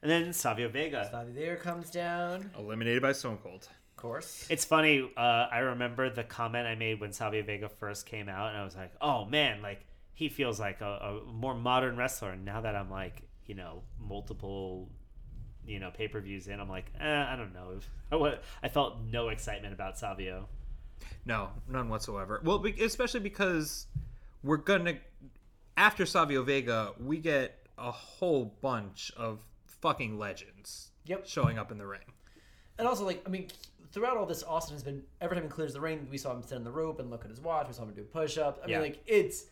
B: And then Savio Vega.
C: Bobby There comes down.
D: Eliminated by Stone Cold.
C: Of course,
B: It's funny. Uh, I remember the comment I made when Savio Vega first came out, and I was like, "Oh man, like he feels like a, a more modern wrestler." And now that I'm like, you know, multiple, you know, pay per views in, I'm like, eh, I don't know. I, wa- I felt no excitement about Savio.
D: No, none whatsoever. Well, be- especially because we're gonna after Savio Vega, we get a whole bunch of fucking legends.
C: Yep.
D: showing up in the ring.
C: and also like I mean, throughout all this, Austin has been every time he clears the ring, we saw him sit on the rope and look at his watch. We saw him do push ups. I
B: Yeah.
C: mean, like it's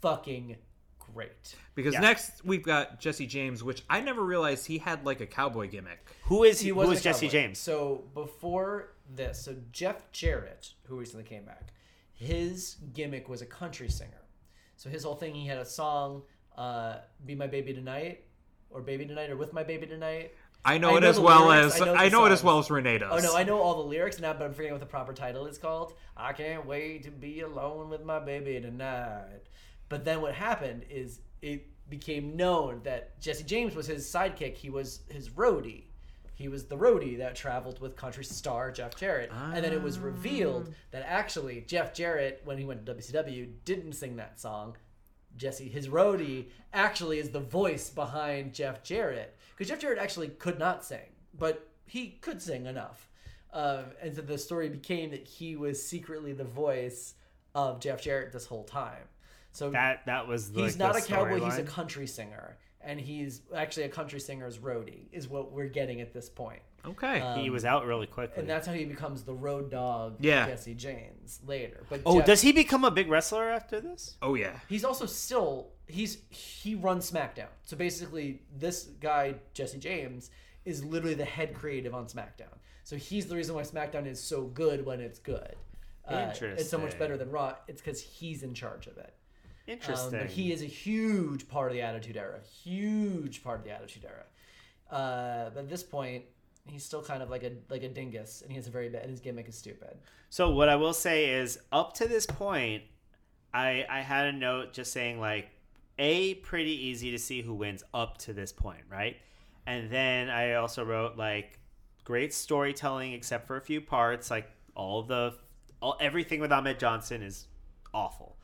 C: fucking great.
D: Because
B: Yeah.
D: next we've got Jesse James, which I never realized he had like a cowboy gimmick.
B: Who is he?
C: he
B: Who
C: was
B: is Jesse James?
C: So before this, so Jeff Jarrett, who recently came back, his gimmick was a country singer. So his whole thing, he had a song, uh, "Be My Baby Tonight," or "Baby Tonight," or "With My Baby Tonight."
D: I know
C: I
D: it
C: know
D: as
C: the
D: well
C: lyrics,
D: as
C: I know the
D: I know it as
C: songs.
D: well as Renee does.
C: Oh no, I know all the lyrics now, but I'm forgetting what the proper title is called. I can't wait to be alone with my baby tonight. But then what happened is it became known that Jesse James was his sidekick. He was his roadie. He was the roadie that traveled with country star Jeff Jarrett. And then it was revealed that actually Jeff Jarrett, when he went to WCW, didn't sing that song. Jesse, his roadie, actually is the voice behind Jeff Jarrett. Because Jeff Jarrett actually could not sing, but he could sing enough. Um, and so the story became that he was secretly the voice of Jeff Jarrett this whole time. So
B: That that was the,
C: he's
B: like,
C: not
B: the
C: a cowboy, he's a
B: storyline.
C: country singer. and he's actually a country singer's roadie, is what we're getting at this point.
D: Okay.
C: Uh,
B: he was out really quickly.
C: And that's how he becomes the road dog,
D: Yeah.
C: Jesse James later. But
B: oh,
C: Jeff-
B: does he become a big wrestler after this?
D: oh yeah.
C: He's also still he's he runs SmackDown. So basically, this guy Jesse James is literally the head creative on SmackDown. So he's the reason why SmackDown is so good when it's good. Uh, it's so much
B: Interesting.
C: better than Raw. It's because he's in charge of it. Um,
B: Interesting.
C: but he is a huge part of the Attitude Era. Huge part of the Attitude Era. Uh, but at this point, he's still kind of like a like a dingus, and he has a very bad. And his gimmick is stupid.
B: So what I will say is, up to this point, I I had a note just saying like, a pretty easy to see who wins up to this point, right? And then I also wrote like, great storytelling except for a few parts, like all the all everything with Ahmed Johnson is awful,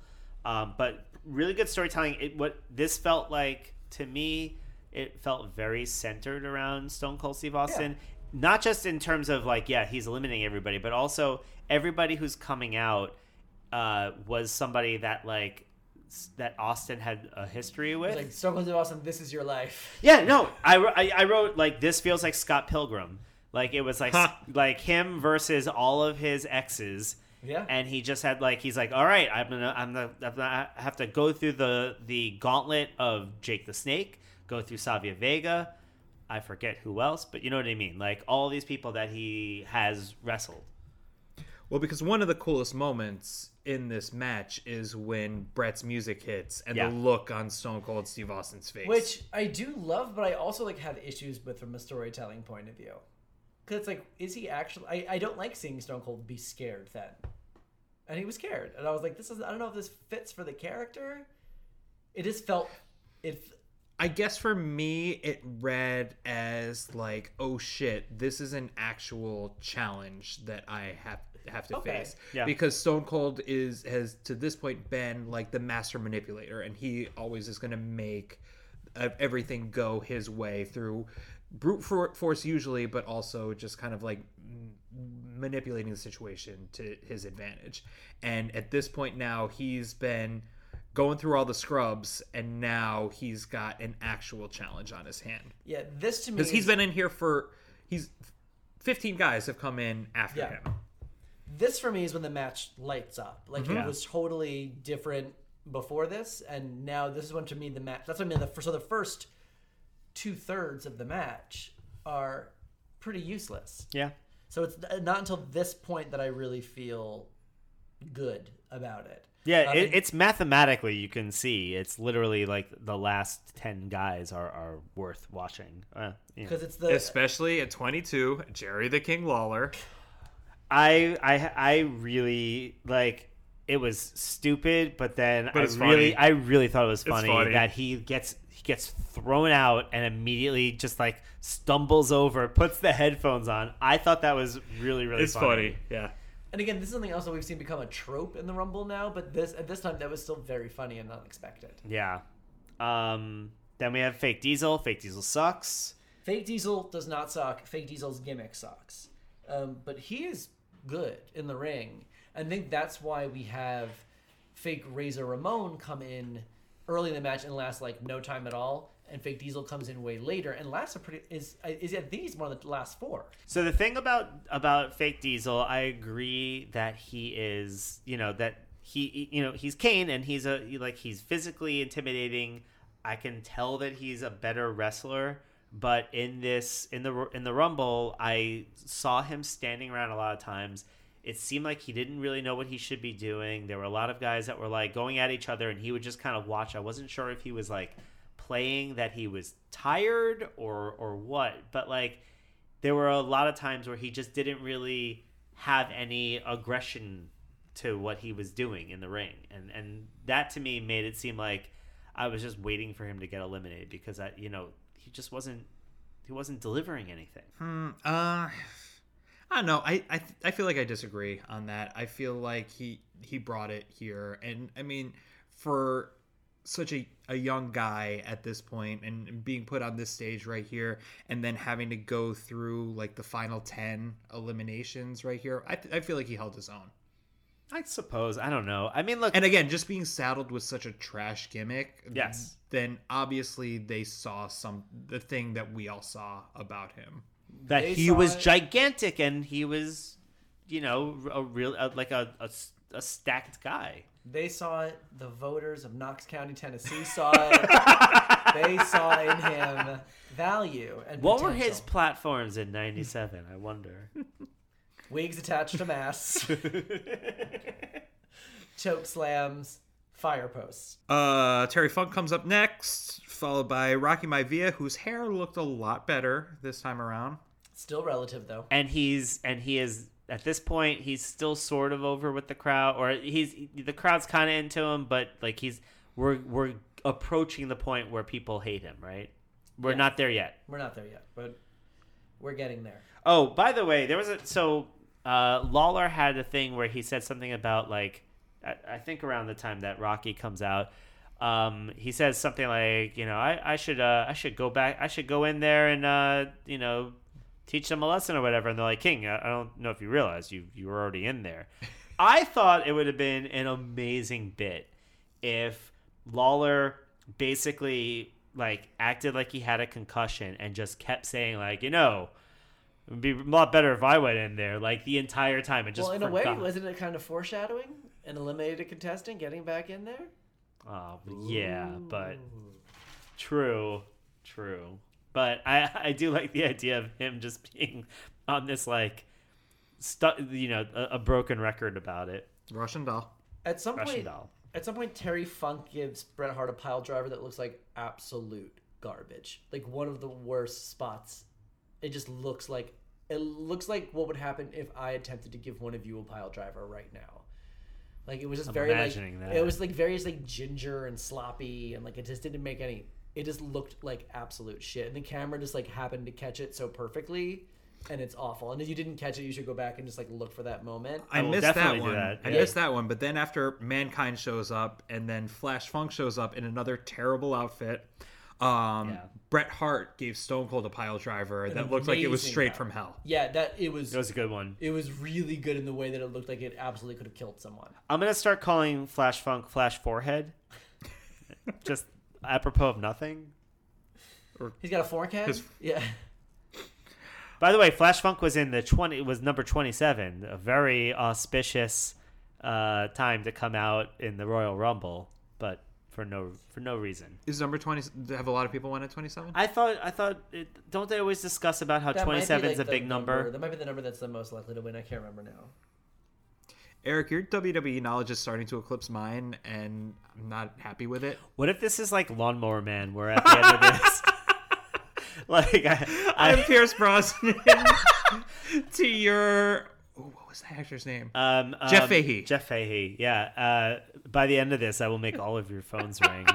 B: um, but really good storytelling. It what this felt like to me, it felt very centered around Stone Cold Steve Austin not just in terms of like yeah he's eliminating everybody but also everybody who's coming out uh, was somebody that like s- that austin had a history with
C: It's like Stone Cold Steve Austin, this is your life.
B: yeah no I, wr- I, I wrote like this feels like scott pilgrim like it was like s-
D: Ha.
B: like him versus all of his exes
C: Yeah.
B: and he just had like he's like all right i'm gonna i'm gonna, I'm gonna I have to go through the the gauntlet of jake the snake go through savia vega i forget who else but you know what i mean like all these people that he has wrestled
D: Well, because one of the coolest moments in this match is when Brett's music hits and
B: Yeah.
D: the look on Stone Cold Steve Austin's face.
C: which I do love, but I also like have issues with from a storytelling point of view. Cause it's like, is he actually? I, I don't like seeing Stone Cold be scared then, and he was scared, and I was like, this is I don't know if this fits for the character. It just felt it.
D: I guess for me, it read as like, oh shit, this is an actual challenge that I have have to
C: Okay.
D: face.
B: Yeah.
D: Because Stone Cold is has to this point been like the master manipulator, and he always is going to make uh, everything go his way through brute for- force usually, but also just kind of like m- manipulating the situation to his advantage. And at this point now, he's been going through all the scrubs and now he's got an actual challenge on his hand
C: Yeah, this to me
D: because he's
C: is-
D: been in here for he's 15 guys have come in after
C: Yeah.
D: him
C: this for me is when the match lights up. Like
B: Yeah.
C: it was totally different before this, and now this is when to me the match. That's what I mean. The first, so the first two thirds of the match are pretty useless.
B: yeah
C: So it's not until this point that I really feel good about it.
B: yeah
C: Uh,
B: it, it's mathematically you can see it's literally like the last 10 guys are are worth watching uh, you know.
C: because it's the
D: especially at 22 jerry the king lawler
B: I I I really like it was stupid, but then I
D: it's
B: really
D: funny.
B: I really thought it was funny,
D: funny.
B: that he gets he gets thrown out and immediately just like stumbles over, puts the headphones on. I thought that was really really funny.
D: yeah
C: and again this is something else that we've seen become a trope in the Rumble now, but this at this time that was still very funny and unexpected.
B: Yeah. Um. Then we have fake Diesel. Fake Diesel sucks.
C: Fake Diesel does not suck. Fake Diesel's gimmick sucks, um, but he is good in the ring. I think that's why we have fake Razor Ramon come in early in the match and last like no time at all, and fake Diesel comes in way later and lasts a pretty is is I think he's one of the last four.
B: So the thing about about fake Diesel, I agree that he is, you know, that he, you know, he's Kane and he's a like he's physically intimidating. I can tell that he's a better wrestler, but in this in the in the Rumble, I saw him standing around a lot of times. It seemed like he didn't really know what he should be doing. There were a lot of guys that were like going at each other, and he would just kind of watch. I wasn't sure if he was like playing that he was tired or or what, but like there were a lot of times where he just didn't really have any aggression to what he was doing in the ring and and that to me made it seem like i was just waiting for him to get eliminated because i you know he just wasn't he wasn't delivering anything
D: uh I don't know. I, I I feel like I disagree on that. I feel like he he brought it here, and I mean, for such a, a young guy at this point, and being put on this stage right here, and then having to go through like the final ten eliminations right here, I, I feel like he held his own.
B: I suppose. I don't know. I mean, look.
D: And again, just being saddled with such a trash gimmick.
B: Yes.
D: Then obviously they saw some the thing that we all saw about him.
B: that
C: They
B: he
C: saw
B: was
C: it.
B: gigantic and he was, you know, a real a, like a, a s- a stacked guy.
C: They saw it. The voters of Knox County, Tennessee saw it. they saw in him value and
B: What were his
C: potential.
B: platforms in '97? I wonder.
C: wigs attached to masks, choke slams, fire posts.
D: Uh, Terry Funk comes up next, followed by Rocky Maivia, whose hair looked a lot better this time around.
C: Still relative though.
B: and he's and he is at this point he's still sort of over with the crowd, or he's the crowd's kind of into him, but like he's we're we're approaching the point where people hate him, right? We're
C: Yeah.
B: not there yet.
C: We're not there yet, but we're getting there.
B: Oh, by the way, there was a so uh, Lawler had a thing where he said something about like I, I think around the time that Rocky comes out, um, he says something like you know I, I should uh, I should go back I should go in there and uh, you know teach them a lesson or whatever, and they're like King I, I don't know if you realize you you were already in there. I thought it would have been an amazing bit if Lawler basically like acted like he had a concussion and just kept saying like you know it would be a lot better if I went in there like the entire time and just
C: well, in a way,
B: forgot.
C: wasn't it kind of foreshadowing? An eliminated contestant getting back in there.
B: Oh, yeah, but true, true. But I I do like the idea of him just being on this like stuck you know a, a broken record about it.
D: Russian doll.
C: At some
B: Russian
C: point,
B: doll.
C: at some point, Terry Funk gives Bret Hart a pile driver that looks like absolute garbage. Like one of the worst spots. It just looks like it looks like what would happen if I attempted to give one of you a pile driver right now. Like it was just
B: I'm
C: very
B: imagining
C: like
B: that.
C: it was like various like ginger and sloppy and like it just didn't make any. It just looked like absolute shit, and the camera just like happened to catch it so perfectly, and it's awful. And if you didn't catch it, you should go back and just like look for that moment.
D: I,
B: will
D: missed that
B: definitely do
D: one.
B: that,
D: I
B: yeah.
D: missed that one. But then after Mankind shows up, and then Flash Funk shows up in another terrible outfit. Um,
B: Yeah.
D: Bret Hart gave Stone Cold a pile driver that looked like it was
C: amazing
D: straight
C: guy.
D: from hell.
C: Yeah, that it was
B: It was a good one.
C: It was really good in the way that it looked like it absolutely could have killed someone.
B: I'm gonna start calling Flash Funk Flash Forehead. just apropos of nothing.
C: He's got a forehead.
D: His-
C: Yeah,
B: By the way, Flash Funk was in the twenty was number twenty seven, a very auspicious uh, time to come out in the Royal Rumble, but for no for no reason.
D: Is number twenty? Have a lot of people went at twenty-seven?
B: I thought I thought it, don't they always discuss about how
C: That might be,
B: twenty seven is a
C: like, the
B: big number?
C: That might be the number that's the most likely to win. I can't remember now.
D: Eric, your WWE knowledge is starting to eclipse mine, and I'm not happy with it.
B: What if this is like Lawnmower Man? We're at the end of this. like I,
D: I'm
B: I
D: Pierce Brosnan to your. Oh, what was that actor's name?
B: um, um,
D: Jeff Fahey.
B: Jeff Fahey. Yeah. Uh, by the end of this, I will make all of your phones ring.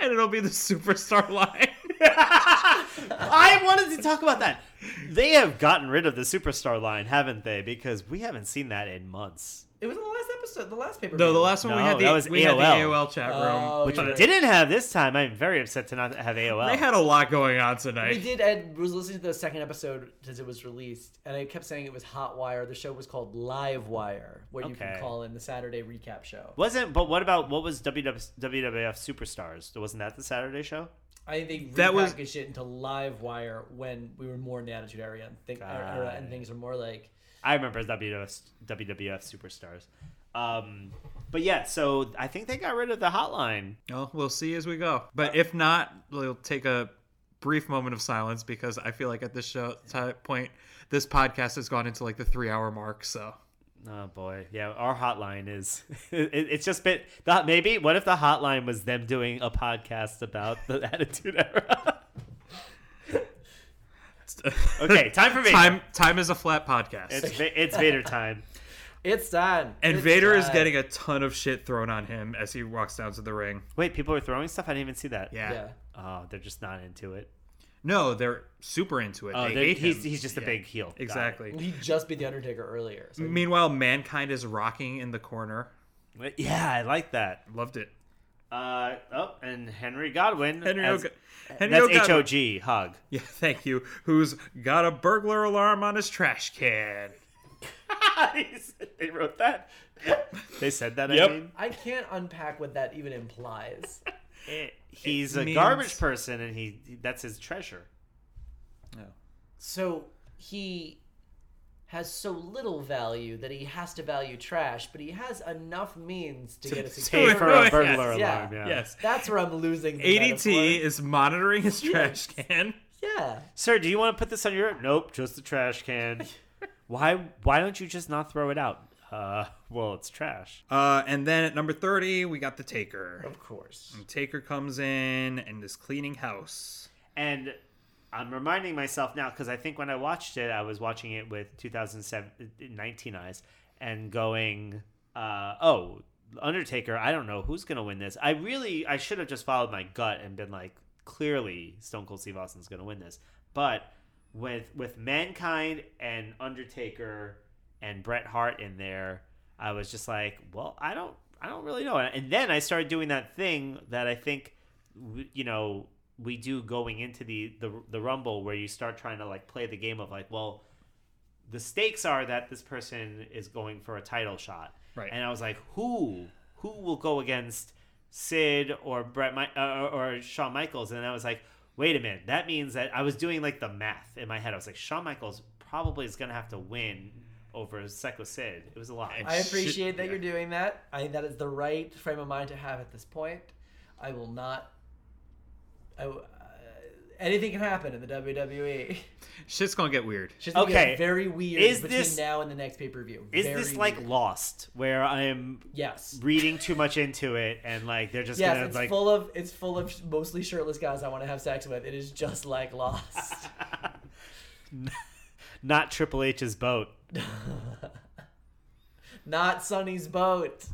D: and it'll be the superstar line.
B: I wanted to talk about that. They have gotten rid of the superstar line, haven't they? Because we haven't seen that in months.
C: It was in the last episode, the last paper.
D: no, the last one we
B: No,
D: had the,
B: that was
D: we had the
B: AOL.
D: AOL chat room.
C: Oh,
B: Which
C: you're
B: we
C: right.
B: didn't have this time. I'm very upset to not have AOL.
D: They had a lot going on
C: We
D: tonight.
C: did. I was listening to the second episode since it was released, and I kept saying it was Hot Wire. The show was called Live Wire, where you
B: Okay.
C: can call in the Saturday recap show.
B: Wasn't but what about what was WWF Superstars? Wasn't that the Saturday show?
C: I think they
D: That was-
C: repackaged it into Live Wire when we were more in the Attitude Era and, think,
B: Got
C: era, and
B: it.
C: things are more like
B: I remember WWF WWF Superstars. Um, but yeah, so I think they got rid of the hotline.
D: Well, we'll see as we go. But if not, we'll take a brief moment of silence because I feel like at this show ti- point, this podcast has gone into like the three hour mark. So
B: Oh boy, yeah, our hotline is it, it's just been that maybe what if the hotline was them doing a podcast about the Attitude Era? okay, time for Vader.
D: time time is a flat podcast.
B: It's Va- it's Vader time.
C: it's done.
D: and
C: It's
D: Vader is
C: done.
D: getting a ton of shit thrown on him as he walks down to the ring.
B: Wait, people are throwing stuff. I didn't even see that.
D: Yeah.
C: yeah.
B: Oh, they're just not into it.
D: No, they're super into it.
B: Oh,
D: they
B: they're-
D: hate
B: he's
D: him.
B: he's just a
D: Yeah.
B: big heel. Got it.
D: Exactly.
C: He just beat the Undertaker earlier. So
D: Meanwhile, mankind is rocking in the corner.
B: Wait, Yeah, I like that.
D: Loved it.
B: Uh, oh, and Henry Godwin.
D: Henry
B: as- uh,
D: Oga- Henry
B: That's
D: Oga-
B: H O G hug.
D: Yeah, thank you. Who's got a burglar alarm on his trash can?
B: they wrote that. They said that.
D: Yep.
B: I mean,
C: I can't unpack what that even implies.
B: he's
D: It
B: a
D: means-
B: garbage person, and he that's his treasure.
C: So he has so little value that he has to value trash, but he has enough means to, get a
B: Pay
D: Yes,
B: for
C: security.
B: a
D: yes,
B: burglar
C: yeah,
B: alarm. Yeah.
D: Yes.
C: That's where I'm losing. The
D: ADT
C: metaphor.
D: is monitoring his
C: Yes.
D: trash can.
C: Yeah.
B: Sir, do you want to put this on your? Nope, just the trash can. why? Why don't you just not throw it out? Uh, well, it's trash.
D: Uh, and then at number 30, we got the Taker.
C: Of course.
D: Taker comes in and is cleaning house.
B: And I'm reminding myself now because I think when I watched it, I was watching it with 2019 eyes and going, uh, "Oh, Undertaker! I don't know who's gonna win this. I really, I should have just followed my gut and been like, clearly Stone Cold Steve Austin's gonna win this." But with with Mankind and Undertaker and Bret Hart in there, I was just like, "Well, I don't, I don't really know." And then I started doing that thing that I think w- you know we do going into the, the the rumble where you start trying to like play the game of like well the stakes are that this person is going for a title shot
D: Right.
B: and i was like who who will go against sid or brett Mi- uh, or shawn michaels and i was like wait a minute that means that i was doing like the math in my head i was like shawn michaels probably is gonna have to win over Seko Sid. It was a lot.
C: I appreciate that you're doing that. I think that is the right frame of mind to have at this point. I will not. I, w- uh, anything can happen in the E. WWE.
D: Shit's gonna get weird.
C: She's gonna get
B: Okay.
C: very weird
B: Is
C: between
B: this-
C: now and the next pay per view.
B: Is this like Lost, where I am
C: yes?
B: reading too much into it and like they're just
C: Yes,
B: gonna
C: it's
B: like
C: full of it's full of mostly shirtless guys I want to have sex with. It is just like Lost.
B: not Triple H's boat.
C: Not Sonny's boat.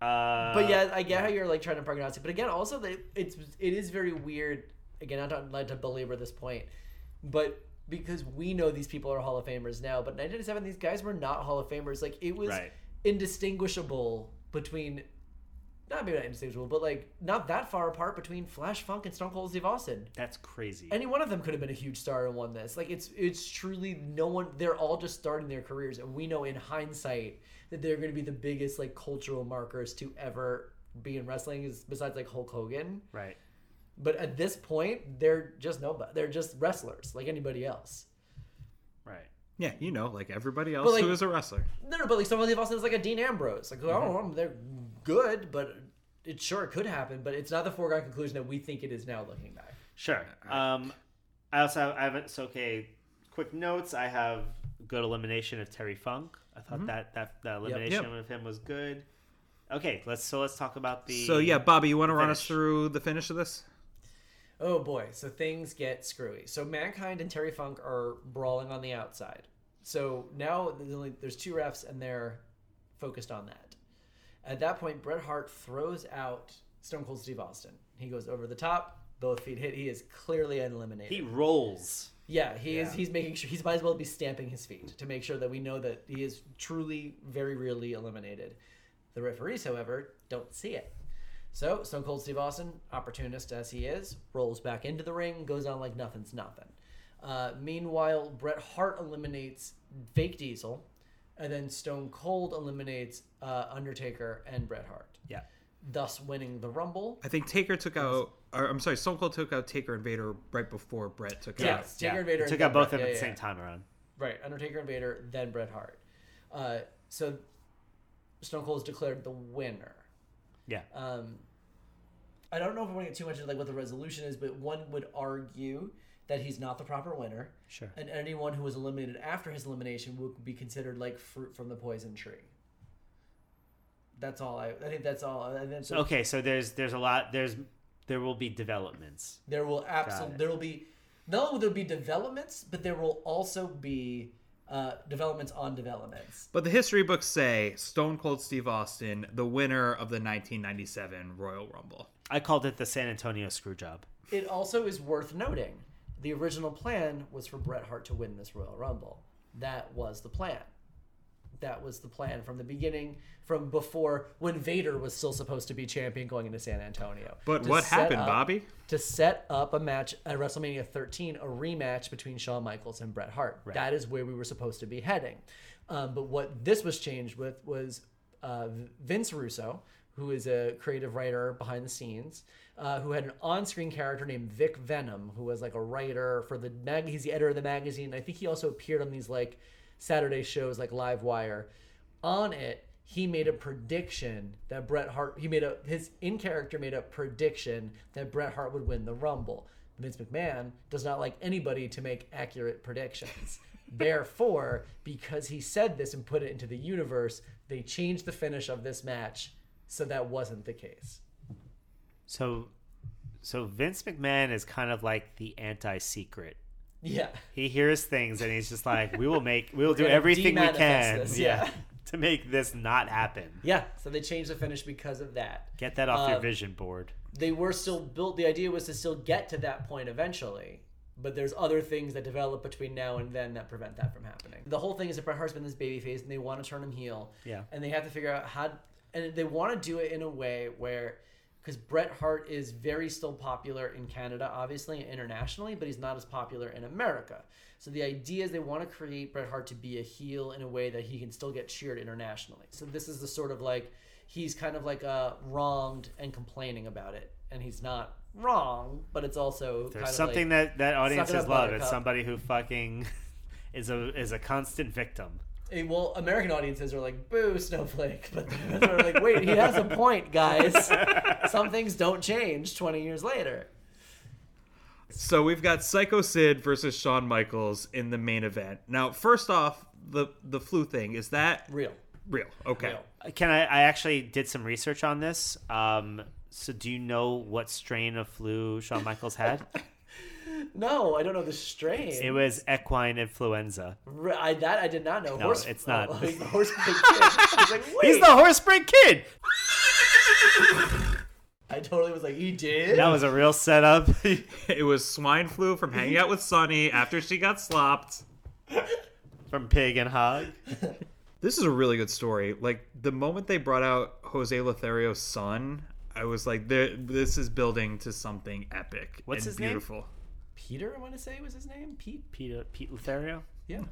B: Uh,
C: But yeah, I get how you're like trying to pronounce it. But again, also they, it's it is very weird. Again, I don't like to belabor this point, but because we know these people are Hall of Famers now, but 1997 these guys were not Hall of Famers. Like it was
B: Right.
C: indistinguishable between not maybe not indistinguishable, but like not that far apart between Flash Funk and Stone Cold Steve Austin.
B: that's crazy.
C: any one of them could have been a huge star and won this. Like it's it's truly no one. They're all just starting their careers, and we know in hindsight that they're going to be the biggest like cultural markers to ever be in wrestling, is besides like Hulk Hogan.
B: right.
C: But at this point, they're just nobody. They're just wrestlers like anybody else.
B: Right.
D: Yeah, you know, like everybody else
C: like-
D: who is a wrestler.
C: No, no, but like someone also is like a Dean Ambrose. Like oh, they're good, but it sure could happen. But it's not the foregone conclusion that we think it is now looking back.
B: Sure. Um, I also have, I have so okay. Quick notes. I have good elimination of Terry Funk. I thought that that that elimination of him was good. Okay, let's so let's talk about the
D: So yeah, Bobby, you want to run us
B: Finish.
D: through the finish of this?
C: Oh boy, so things get screwy. So Mankind and Terry Funk are brawling on the outside. So now there's, only, there's two refs and they're focused on that. At that point, Bret Hart throws out Stone Cold Steve Austin. He goes over the top, both feet hit. He is clearly eliminated.
B: he rolls.
C: yeah, he is. He's making sure he's might as well be stamping his feet to make sure that we know that he is truly, very really eliminated. The referees, however, don't see it. So Stone Cold Steve Austin, opportunist as he is, rolls back into the ring, goes on like nothing's nothing. Uh, meanwhile, Bret Hart eliminates Fake Diesel, and then Stone Cold eliminates uh, Undertaker and Bret Hart,
B: Yeah.
C: thus winning the Rumble.
D: I think Taker took out. Or, I'm sorry, Stone Cold took out Taker and Vader right before Brett took out.
C: Yes, Taker and Vader
B: took
C: and
B: out
C: then
B: both of them at
C: Bret. Yeah,
B: the
C: yeah,
B: same
C: yeah.
B: time around.
C: Right, Undertaker and Vader, then Bret Hart. Uh, so Stone Cold is declared the winner.
B: Yeah.
C: Um, I don't know if I want to get too much into like what the resolution is, but one would argue that he's not the proper winner,
B: Sure.
C: and anyone who was eliminated after his elimination would be considered like fruit from the poison tree. That's all I. I think that's all. And then so
B: Okay, so there's there's a lot there's there will be developments.
C: There will
B: Got
C: absolutely
B: it.
C: there will be not only will there be developments, but there will also be uh, developments on developments.
D: But the history books say Stone Cold Steve Austin, the winner of the 1997 Royal Rumble.
B: I called it the San Antonio screw job.
C: It also is worth noting the original plan was for Bret Hart to win this Royal Rumble. That was the plan. that was the plan from the beginning, from before when Vader was still supposed to be champion going into San Antonio.
D: But
C: To
D: what
C: set
D: happened,
C: up-
D: Bobby?
C: To set up a match at WrestleMania 13, a rematch between Shawn Michaels and Bret Hart. That is where we were supposed to be heading. Um, but what this was changed with was uh, Vince Russo, who is a creative writer behind the scenes, uh, who had an on-screen character named Vic Venom, who was like a writer for the mag. He's the editor of the magazine. I think he also appeared on these like Saturday shows like Live Wire. On it, he made a prediction that Bret Hart. He made a his in character made a prediction that Bret Hart would win the Rumble. Vince McMahon does not like anybody to make accurate predictions. Therefore, because he said this and put it into the universe, they changed the finish of this match so that wasn't the case.
B: So, so Vince McMahon is kind of like the anti-secret.
C: Yeah.
B: He hears things and he's just like, "We will make, we will do
C: gonna
B: everything we
C: de-manifest
B: can,
C: this, yeah.
B: to make this not happen.
C: Yeah. So they changed the finish because of that.
B: Get that off your
C: Um,
B: vision board."
C: They were still built, the idea was to still get to that point eventually, but there's other things that develop between now and then that prevent that from happening. The whole thing is that Bret Hart's been this babyface and they want to turn him heel.
B: Yeah.
C: And they have to figure out how, and they want to do it in a way where, because Bret Hart is very still popular in Canada, obviously, and internationally, but he's not as popular in America. So the idea is they want to create Bret Hart to be a heel in a way that he can still get cheered internationally. So this is the sort of like, he's kind of like uh, wronged and complaining about it. And he's not wrong, but it's also kind
B: There's
C: of
B: something that
C: like,
B: that audiences
C: up,
B: love. It's
C: buttercup.
B: somebody who fucking is a is a constant victim.
C: Eh, well, American audiences are like, boo, snowflake. But they're like, wait, he has a point, guys. Some things don't change 20 years later.
D: So we've got Psycho Sid versus Shawn Michaels in the main event. Now, first off, the the flu thing is that
C: Real.
D: real? Okay.
C: Real.
B: Can I? I actually did some research on this. Um, so, do you know what strain of flu Shawn Michaels had?
C: No, I don't know the strain.
B: it was equine influenza.
C: Re- I, that I did not know.
B: No,
C: horse,
B: it's not.
C: Oh, he's the horse big kid. I was like, wait.
B: He's the Horsebreak Kid.
C: I totally was like, he did.
B: That was a real setup.
D: It was swine flu from hanging out with Sunny after she got slopped.
B: from Pig and Hog.
D: This is a really good story. Like the moment they brought out Jose Lothario's son, I was like, "There- "This is building to something epic
B: What's
D: and
B: his name?
D: beautiful."
C: Peter, I want to say was his name. Pete.
B: Pete, Pete Lothario.
C: Yeah,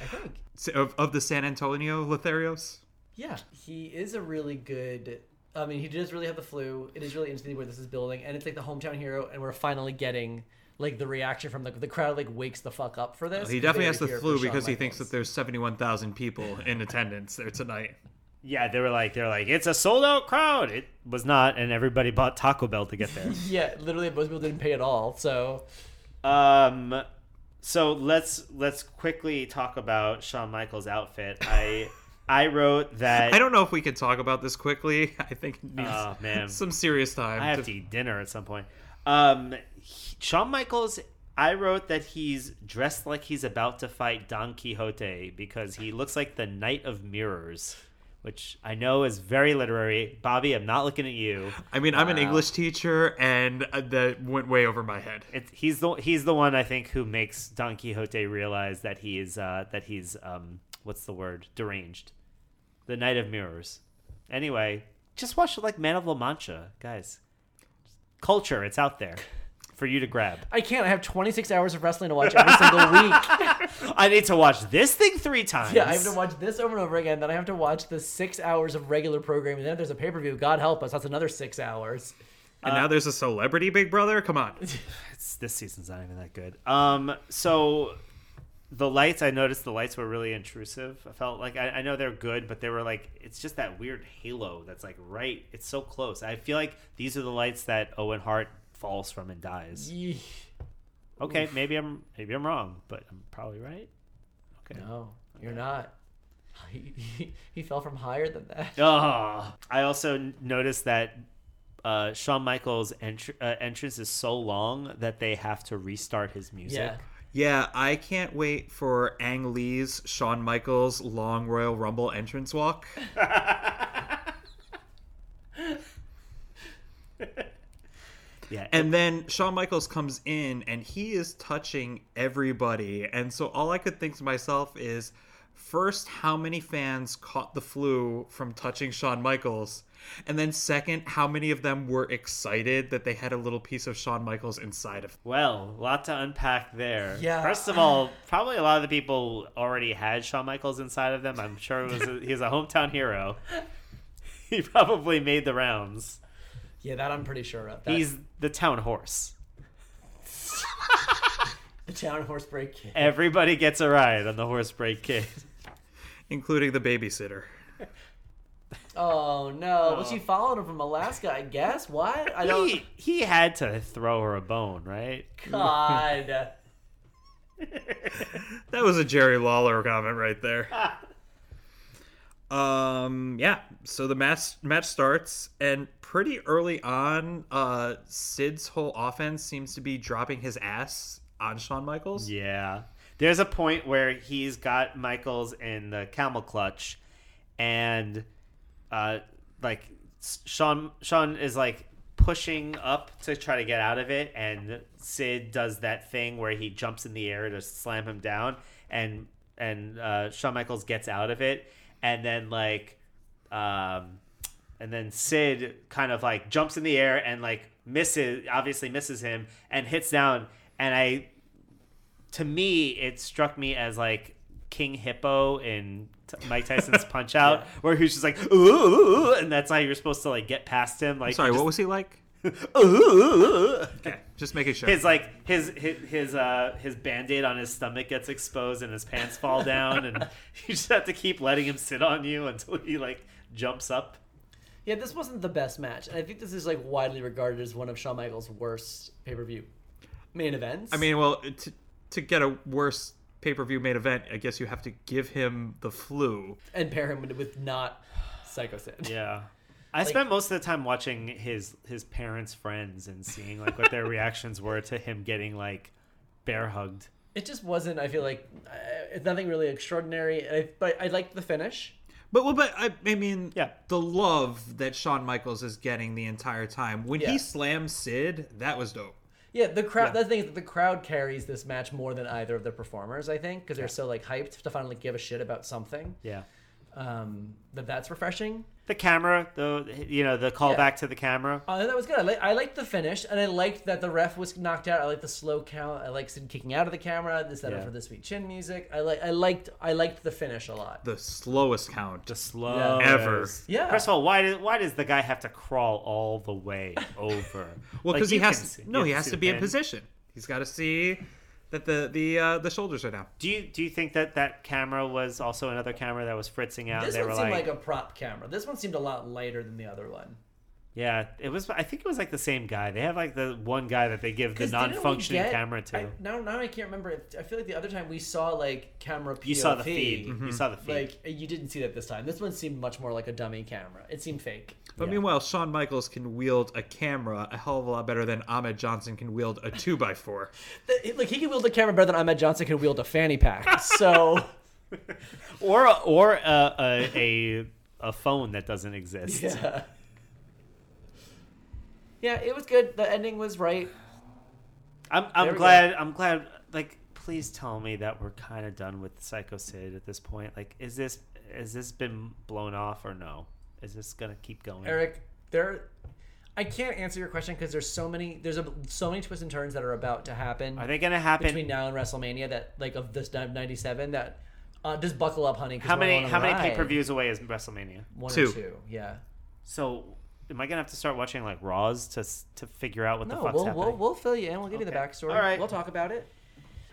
C: I think.
D: So, Of, of the San Antonio Lotharios,
C: Yeah, he is a really good. I mean, he does really have the flu. It is really interesting where this is building, and it's like the hometown hero, and we're finally getting like the reaction from the the crowd. Like wakes the fuck up for this.
D: he definitely
C: They're
D: has the
C: here for
D: flu
C: Shawn
D: because he thinks
C: Michaels.
D: that there's seventy-one thousand people in attendance there tonight.
B: Yeah, they were like, they were like, it's a sold out crowd. It was not, and everybody bought Taco Bell to get there.
C: Yeah, literally, most people didn't pay at all. So
B: Um, so let's let's quickly talk about Shawn Michaels' outfit. I I wrote that.
D: I don't know if we can talk about this quickly. I think it needs
B: Oh man,
D: some serious time.
B: I have to eat dinner at some point. Um, he- Shawn Michaels. I wrote that he's dressed like he's about to fight Don Quixote because he looks like the Knight of Mirrors, which I know is very literary. Bobby, I'm not looking at you.
D: I mean, I'm an English teacher, and uh, that went way over my head.
B: It's, he's the he's the one I think who makes Don Quixote realize that he is uh, that he's um, what's the word deranged, the Knight of Mirrors. Anyway, just watch it like Man of La Mancha, guys. Culture, it's out there for you to grab.
C: I can't. I have 26 hours of wrestling to watch every single week.
B: I need to watch this thing three times.
C: Yeah, I have to watch this over and over again. Then I have to watch the six hours of regular programming. Then if there's a pay per view, God help us, that's another six hours.
D: And
B: Uh,
D: now there's a celebrity Big Brother. Come on,
B: It's- this season's not even that good. Um, so the lights, I noticed the lights were really intrusive. I felt like I, I know they're good, but they were like it's just that weird halo that's like right. It's so close. I feel like these are the lights that Owen Hart falls from and dies.
C: Yee.
B: Okay, maybe I'm maybe I'm wrong, but I'm probably right. Okay.
C: No, you're not. He, he, he fell from higher than that.
B: Oh, I also n- noticed that uh, Shawn Michaels' entr- uh, entrance is so long that they have to restart his music.
C: Yeah.
D: Yeah, I can't wait for Ang Lee's Shawn Michaels long Royal Rumble entrance walk.
B: Yeah,
D: And then Shawn Michaels comes in and he is touching everybody. And so all I could think to myself is First, how many fans caught the flu from touching Shawn Michaels? And then, second, how many of them were excited that they had a little piece of Shawn Michaels inside of
B: Well, a lot to unpack there.
C: Yeah.
B: First of all, probably a lot of the people already had Shawn Michaels inside of them. I'm sure it was a, he's a hometown hero. He probably made the rounds.
C: Yeah, that I'm pretty sure of. That,
B: He's the town horse.
C: the town horse break kid.
B: Everybody gets a ride on the horse break kid.
D: including the babysitter.
C: Oh no! Well, she followed him from Alaska, I guess. What? I don't.
B: He, he had to throw her a bone, right?
C: God.
D: That was a Jerry Lawler comment right there. um, yeah. So the match match starts, and pretty early on, uh, Sid's whole offense seems to be dropping his ass on Shawn Michaels.
B: Yeah. There's a point where he's got Michaels in the camel clutch and uh like S- Sean Sean is like pushing up to try to get out of it and Sid does that thing where he jumps in the air to slam him down and and uh Shawn Michaels gets out of it and then like um and then Sid kind of like jumps in the air and like misses obviously misses him and hits down and I to me, it struck me as like King Hippo in T- Mike Tyson's Punch Out, where he's just like ooh, ooh, ooh," and that's how you're supposed to like get past him. Like
D: Sorry,
B: just,
D: what was he like?
B: "Ooh, ooh, ooh, ooh."
D: Just making sure.
B: his like his his his uh his band-aid on his stomach gets exposed and his pants fall down, and you just have to keep letting him sit on you until he like jumps up.
C: Yeah, this wasn't the best match, and I think this is like widely regarded as one of Shawn Michaels' worst pay per view main events.
D: I mean, well, to, to get a worse pay per view main event, I guess you have to give him the flu.
C: and pair him with- with not Psycho Sid.
B: Yeah. I spent most of the time watching his his parents' friends and seeing like what their reactions were to him getting like bear hugged.
C: It just wasn't. I feel like uh, it's nothing really extraordinary. and I, but I liked the finish.
D: But well, but I, I mean,
B: Yeah.
D: the love that Shawn Michaels is getting the entire time when
C: Yeah.
D: he slams Sid, that was dope.
C: Yeah, the crowd. The thing is that the crowd carries this match more than either of the performers. I think because they're so like hyped to finally give a shit about something.
B: Yeah.
C: Um, that that's refreshing.
B: The camera, the you know, the callback
C: Yeah.
B: to the camera.
C: Oh, that was good. I, li- I liked the finish, and I liked that the ref was knocked out. I liked the slow count. I liked Sid kicking out of the camera. This set up
B: Yeah.
C: for the sweet chin music. I like. I liked. I liked the finish a lot.
D: The slowest count.
B: The slow
C: Yeah.
D: Ever.
C: Yeah.
B: First of all, why does why does the guy have to crawl all the way over?
D: Well,
B: Like,
D: because
B: you
D: he
B: can
D: has
B: see-
D: to, no,
B: you
D: he
B: can
D: has
B: see
D: to
B: the
D: be in
B: pin.
D: position. He's got to see that the the uh, the shoulders are down.
B: Do you do you think that that camera was also another camera that was fritzing out?
C: This
B: and they
C: one
B: were
C: seemed
B: like,
C: like... a prop camera. This one seemed a lot lighter than the other one.
B: yeah, it was. I think it was like the same guy. They have like the one guy that they give the
C: 'Cause didn't we
B: non-functioning
C: get-
B: camera to.
C: I, now, now I can't remember. if- I feel like the other time we saw like camera. POV.
B: you saw the feed. Mm-hmm. You saw the feed.
C: Like you didn't see that this time. This one seemed much more like a dummy camera. It seemed fake.
D: But
B: Yeah.
D: meanwhile, Shawn Michaels can wield a camera a hell of a lot better than Ahmed Johnson can wield a two by four.
C: The, like he could wield a camera better than Ahmed Johnson could wield a fanny pack. So
B: or or a, a a a phone that doesn't exist.
C: yeah, yeah, it was good. The ending was right.
B: I'm
C: There
B: I'm
C: we
B: glad I'm glad like please tell me that we're kind of done with Psycho Sid at this point. Like is this has this been blown off or no? Is this going to keep going?
C: Eric, there, I can't answer your question because there's so many. There's a, so many twists and turns that are about to happen.
B: Are they going to happen
C: between now and WrestleMania that like of this '97 that uh, just buckle up, honey. 'cause
B: how
C: we're
B: many
C: on a
B: how many
C: ride.
B: pay-per-views away is WrestleMania?
C: One or
D: Two.
C: two. Yeah.
B: So am I going to have to start watching like Raws to s- to figure out what the
C: No,
B: fuck's
C: we'll,
B: happening?
C: we'll we'll fill you in. We'll give you the
B: Okay.
C: backstory.
B: All right.
C: We'll talk about it.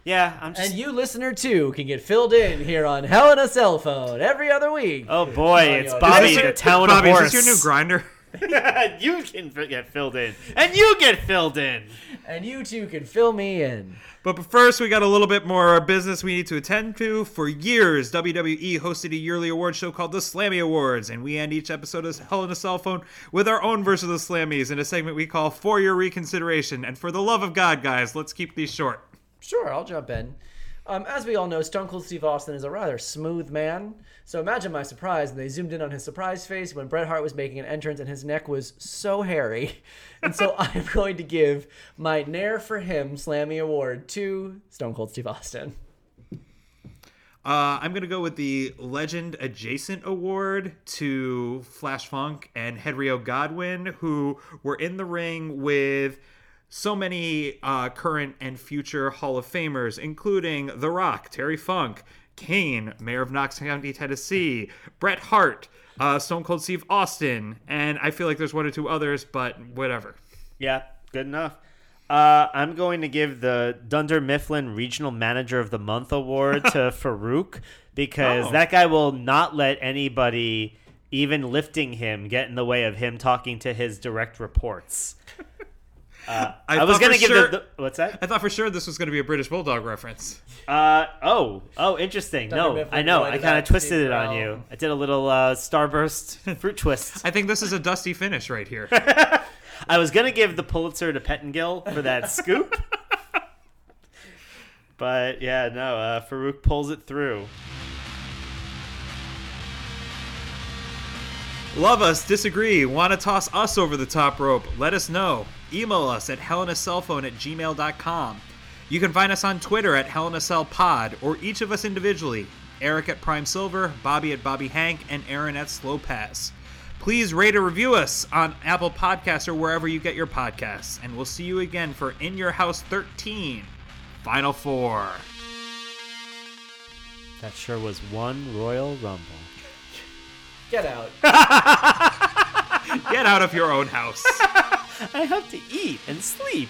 B: Yeah, I'm just
C: And you listener too can get filled in here on Hell in a Cell Phone every other week.
B: Oh boy,
C: Oh,
B: it's
C: yeah.
B: Bobby,
D: Is this
B: the
D: your-
B: town
D: Bobby, is
B: horse.
D: this your new grinder?
B: grind? you can f- get filled in, and you get filled in.
C: And you too can fill me in.
D: But first, we got a little bit more business we need to attend to. For years, WWE hosted a yearly award show called the Slammy Awards, and we end each episode of Hell in a Cell Phone with our own verse of the Slammies in a segment we call For Your Reconsideration. And for the love of God, guys, let's keep these short.
C: Sure, I'll jump in. Um, as we all know, Stone Cold Steve Austin is a rather smooth man. So imagine my surprise, and they zoomed in on his surprise face when Bret Hart was making an entrance, and his neck was so hairy. And so I'm going to give my Nair for Him Slammy Award to Stone Cold Steve Austin.
D: Uh, I'm gonna go with the Legend Adjacent Award to Flash Funk and Henrio Godwin, who were in the ring with so many uh, current and future Hall of Famers, including The Rock, Terry Funk, Kane, Mayor of Knox County, Tennessee, Bret Hart, uh, Stone Cold Steve Austin, and I feel like there's one or two others, but whatever.
B: Yeah, good enough. Uh, I'm going to give the Dunder Mifflin Regional Manager of the Month award to Farouk because
D: Oh.
B: that guy will not let anybody, even lifting him, get in the way of him talking to his direct reports. I, was
D: thought
B: going
D: for
B: to give
D: sure-
B: the, the what's that?
D: I thought for sure this was going to be a British Bulldog reference.
B: Uh oh oh interesting.
C: Dunder
B: no,
C: Mifflin
B: I know. I
C: related
B: kind of
C: that to
B: twisted it on
C: Brown.
B: you. I did a little uh, starburst fruit twist.
D: I think this is a dusty finish right here.
B: I was gonna give the Pulitzer to Pettingill for that scoop, but yeah, no. Uh, Farouk pulls it through.
D: Love us, disagree, want to toss us over the top rope? Let us know. Email us at helenacellphone at gmail.com. You can find us on Twitter at helenacellpod or each of us individually Eric at Prime Silver, Bobby at Bobby Hank, and Aaron at Slow Pass. Please rate or review us on Apple Podcasts or wherever you get your podcasts. And we'll see you again for In Your House 13, Final Four.
B: That sure was one Royal Rumble.
C: Get out.
D: Get out of your own house.
B: I have to eat and sleep.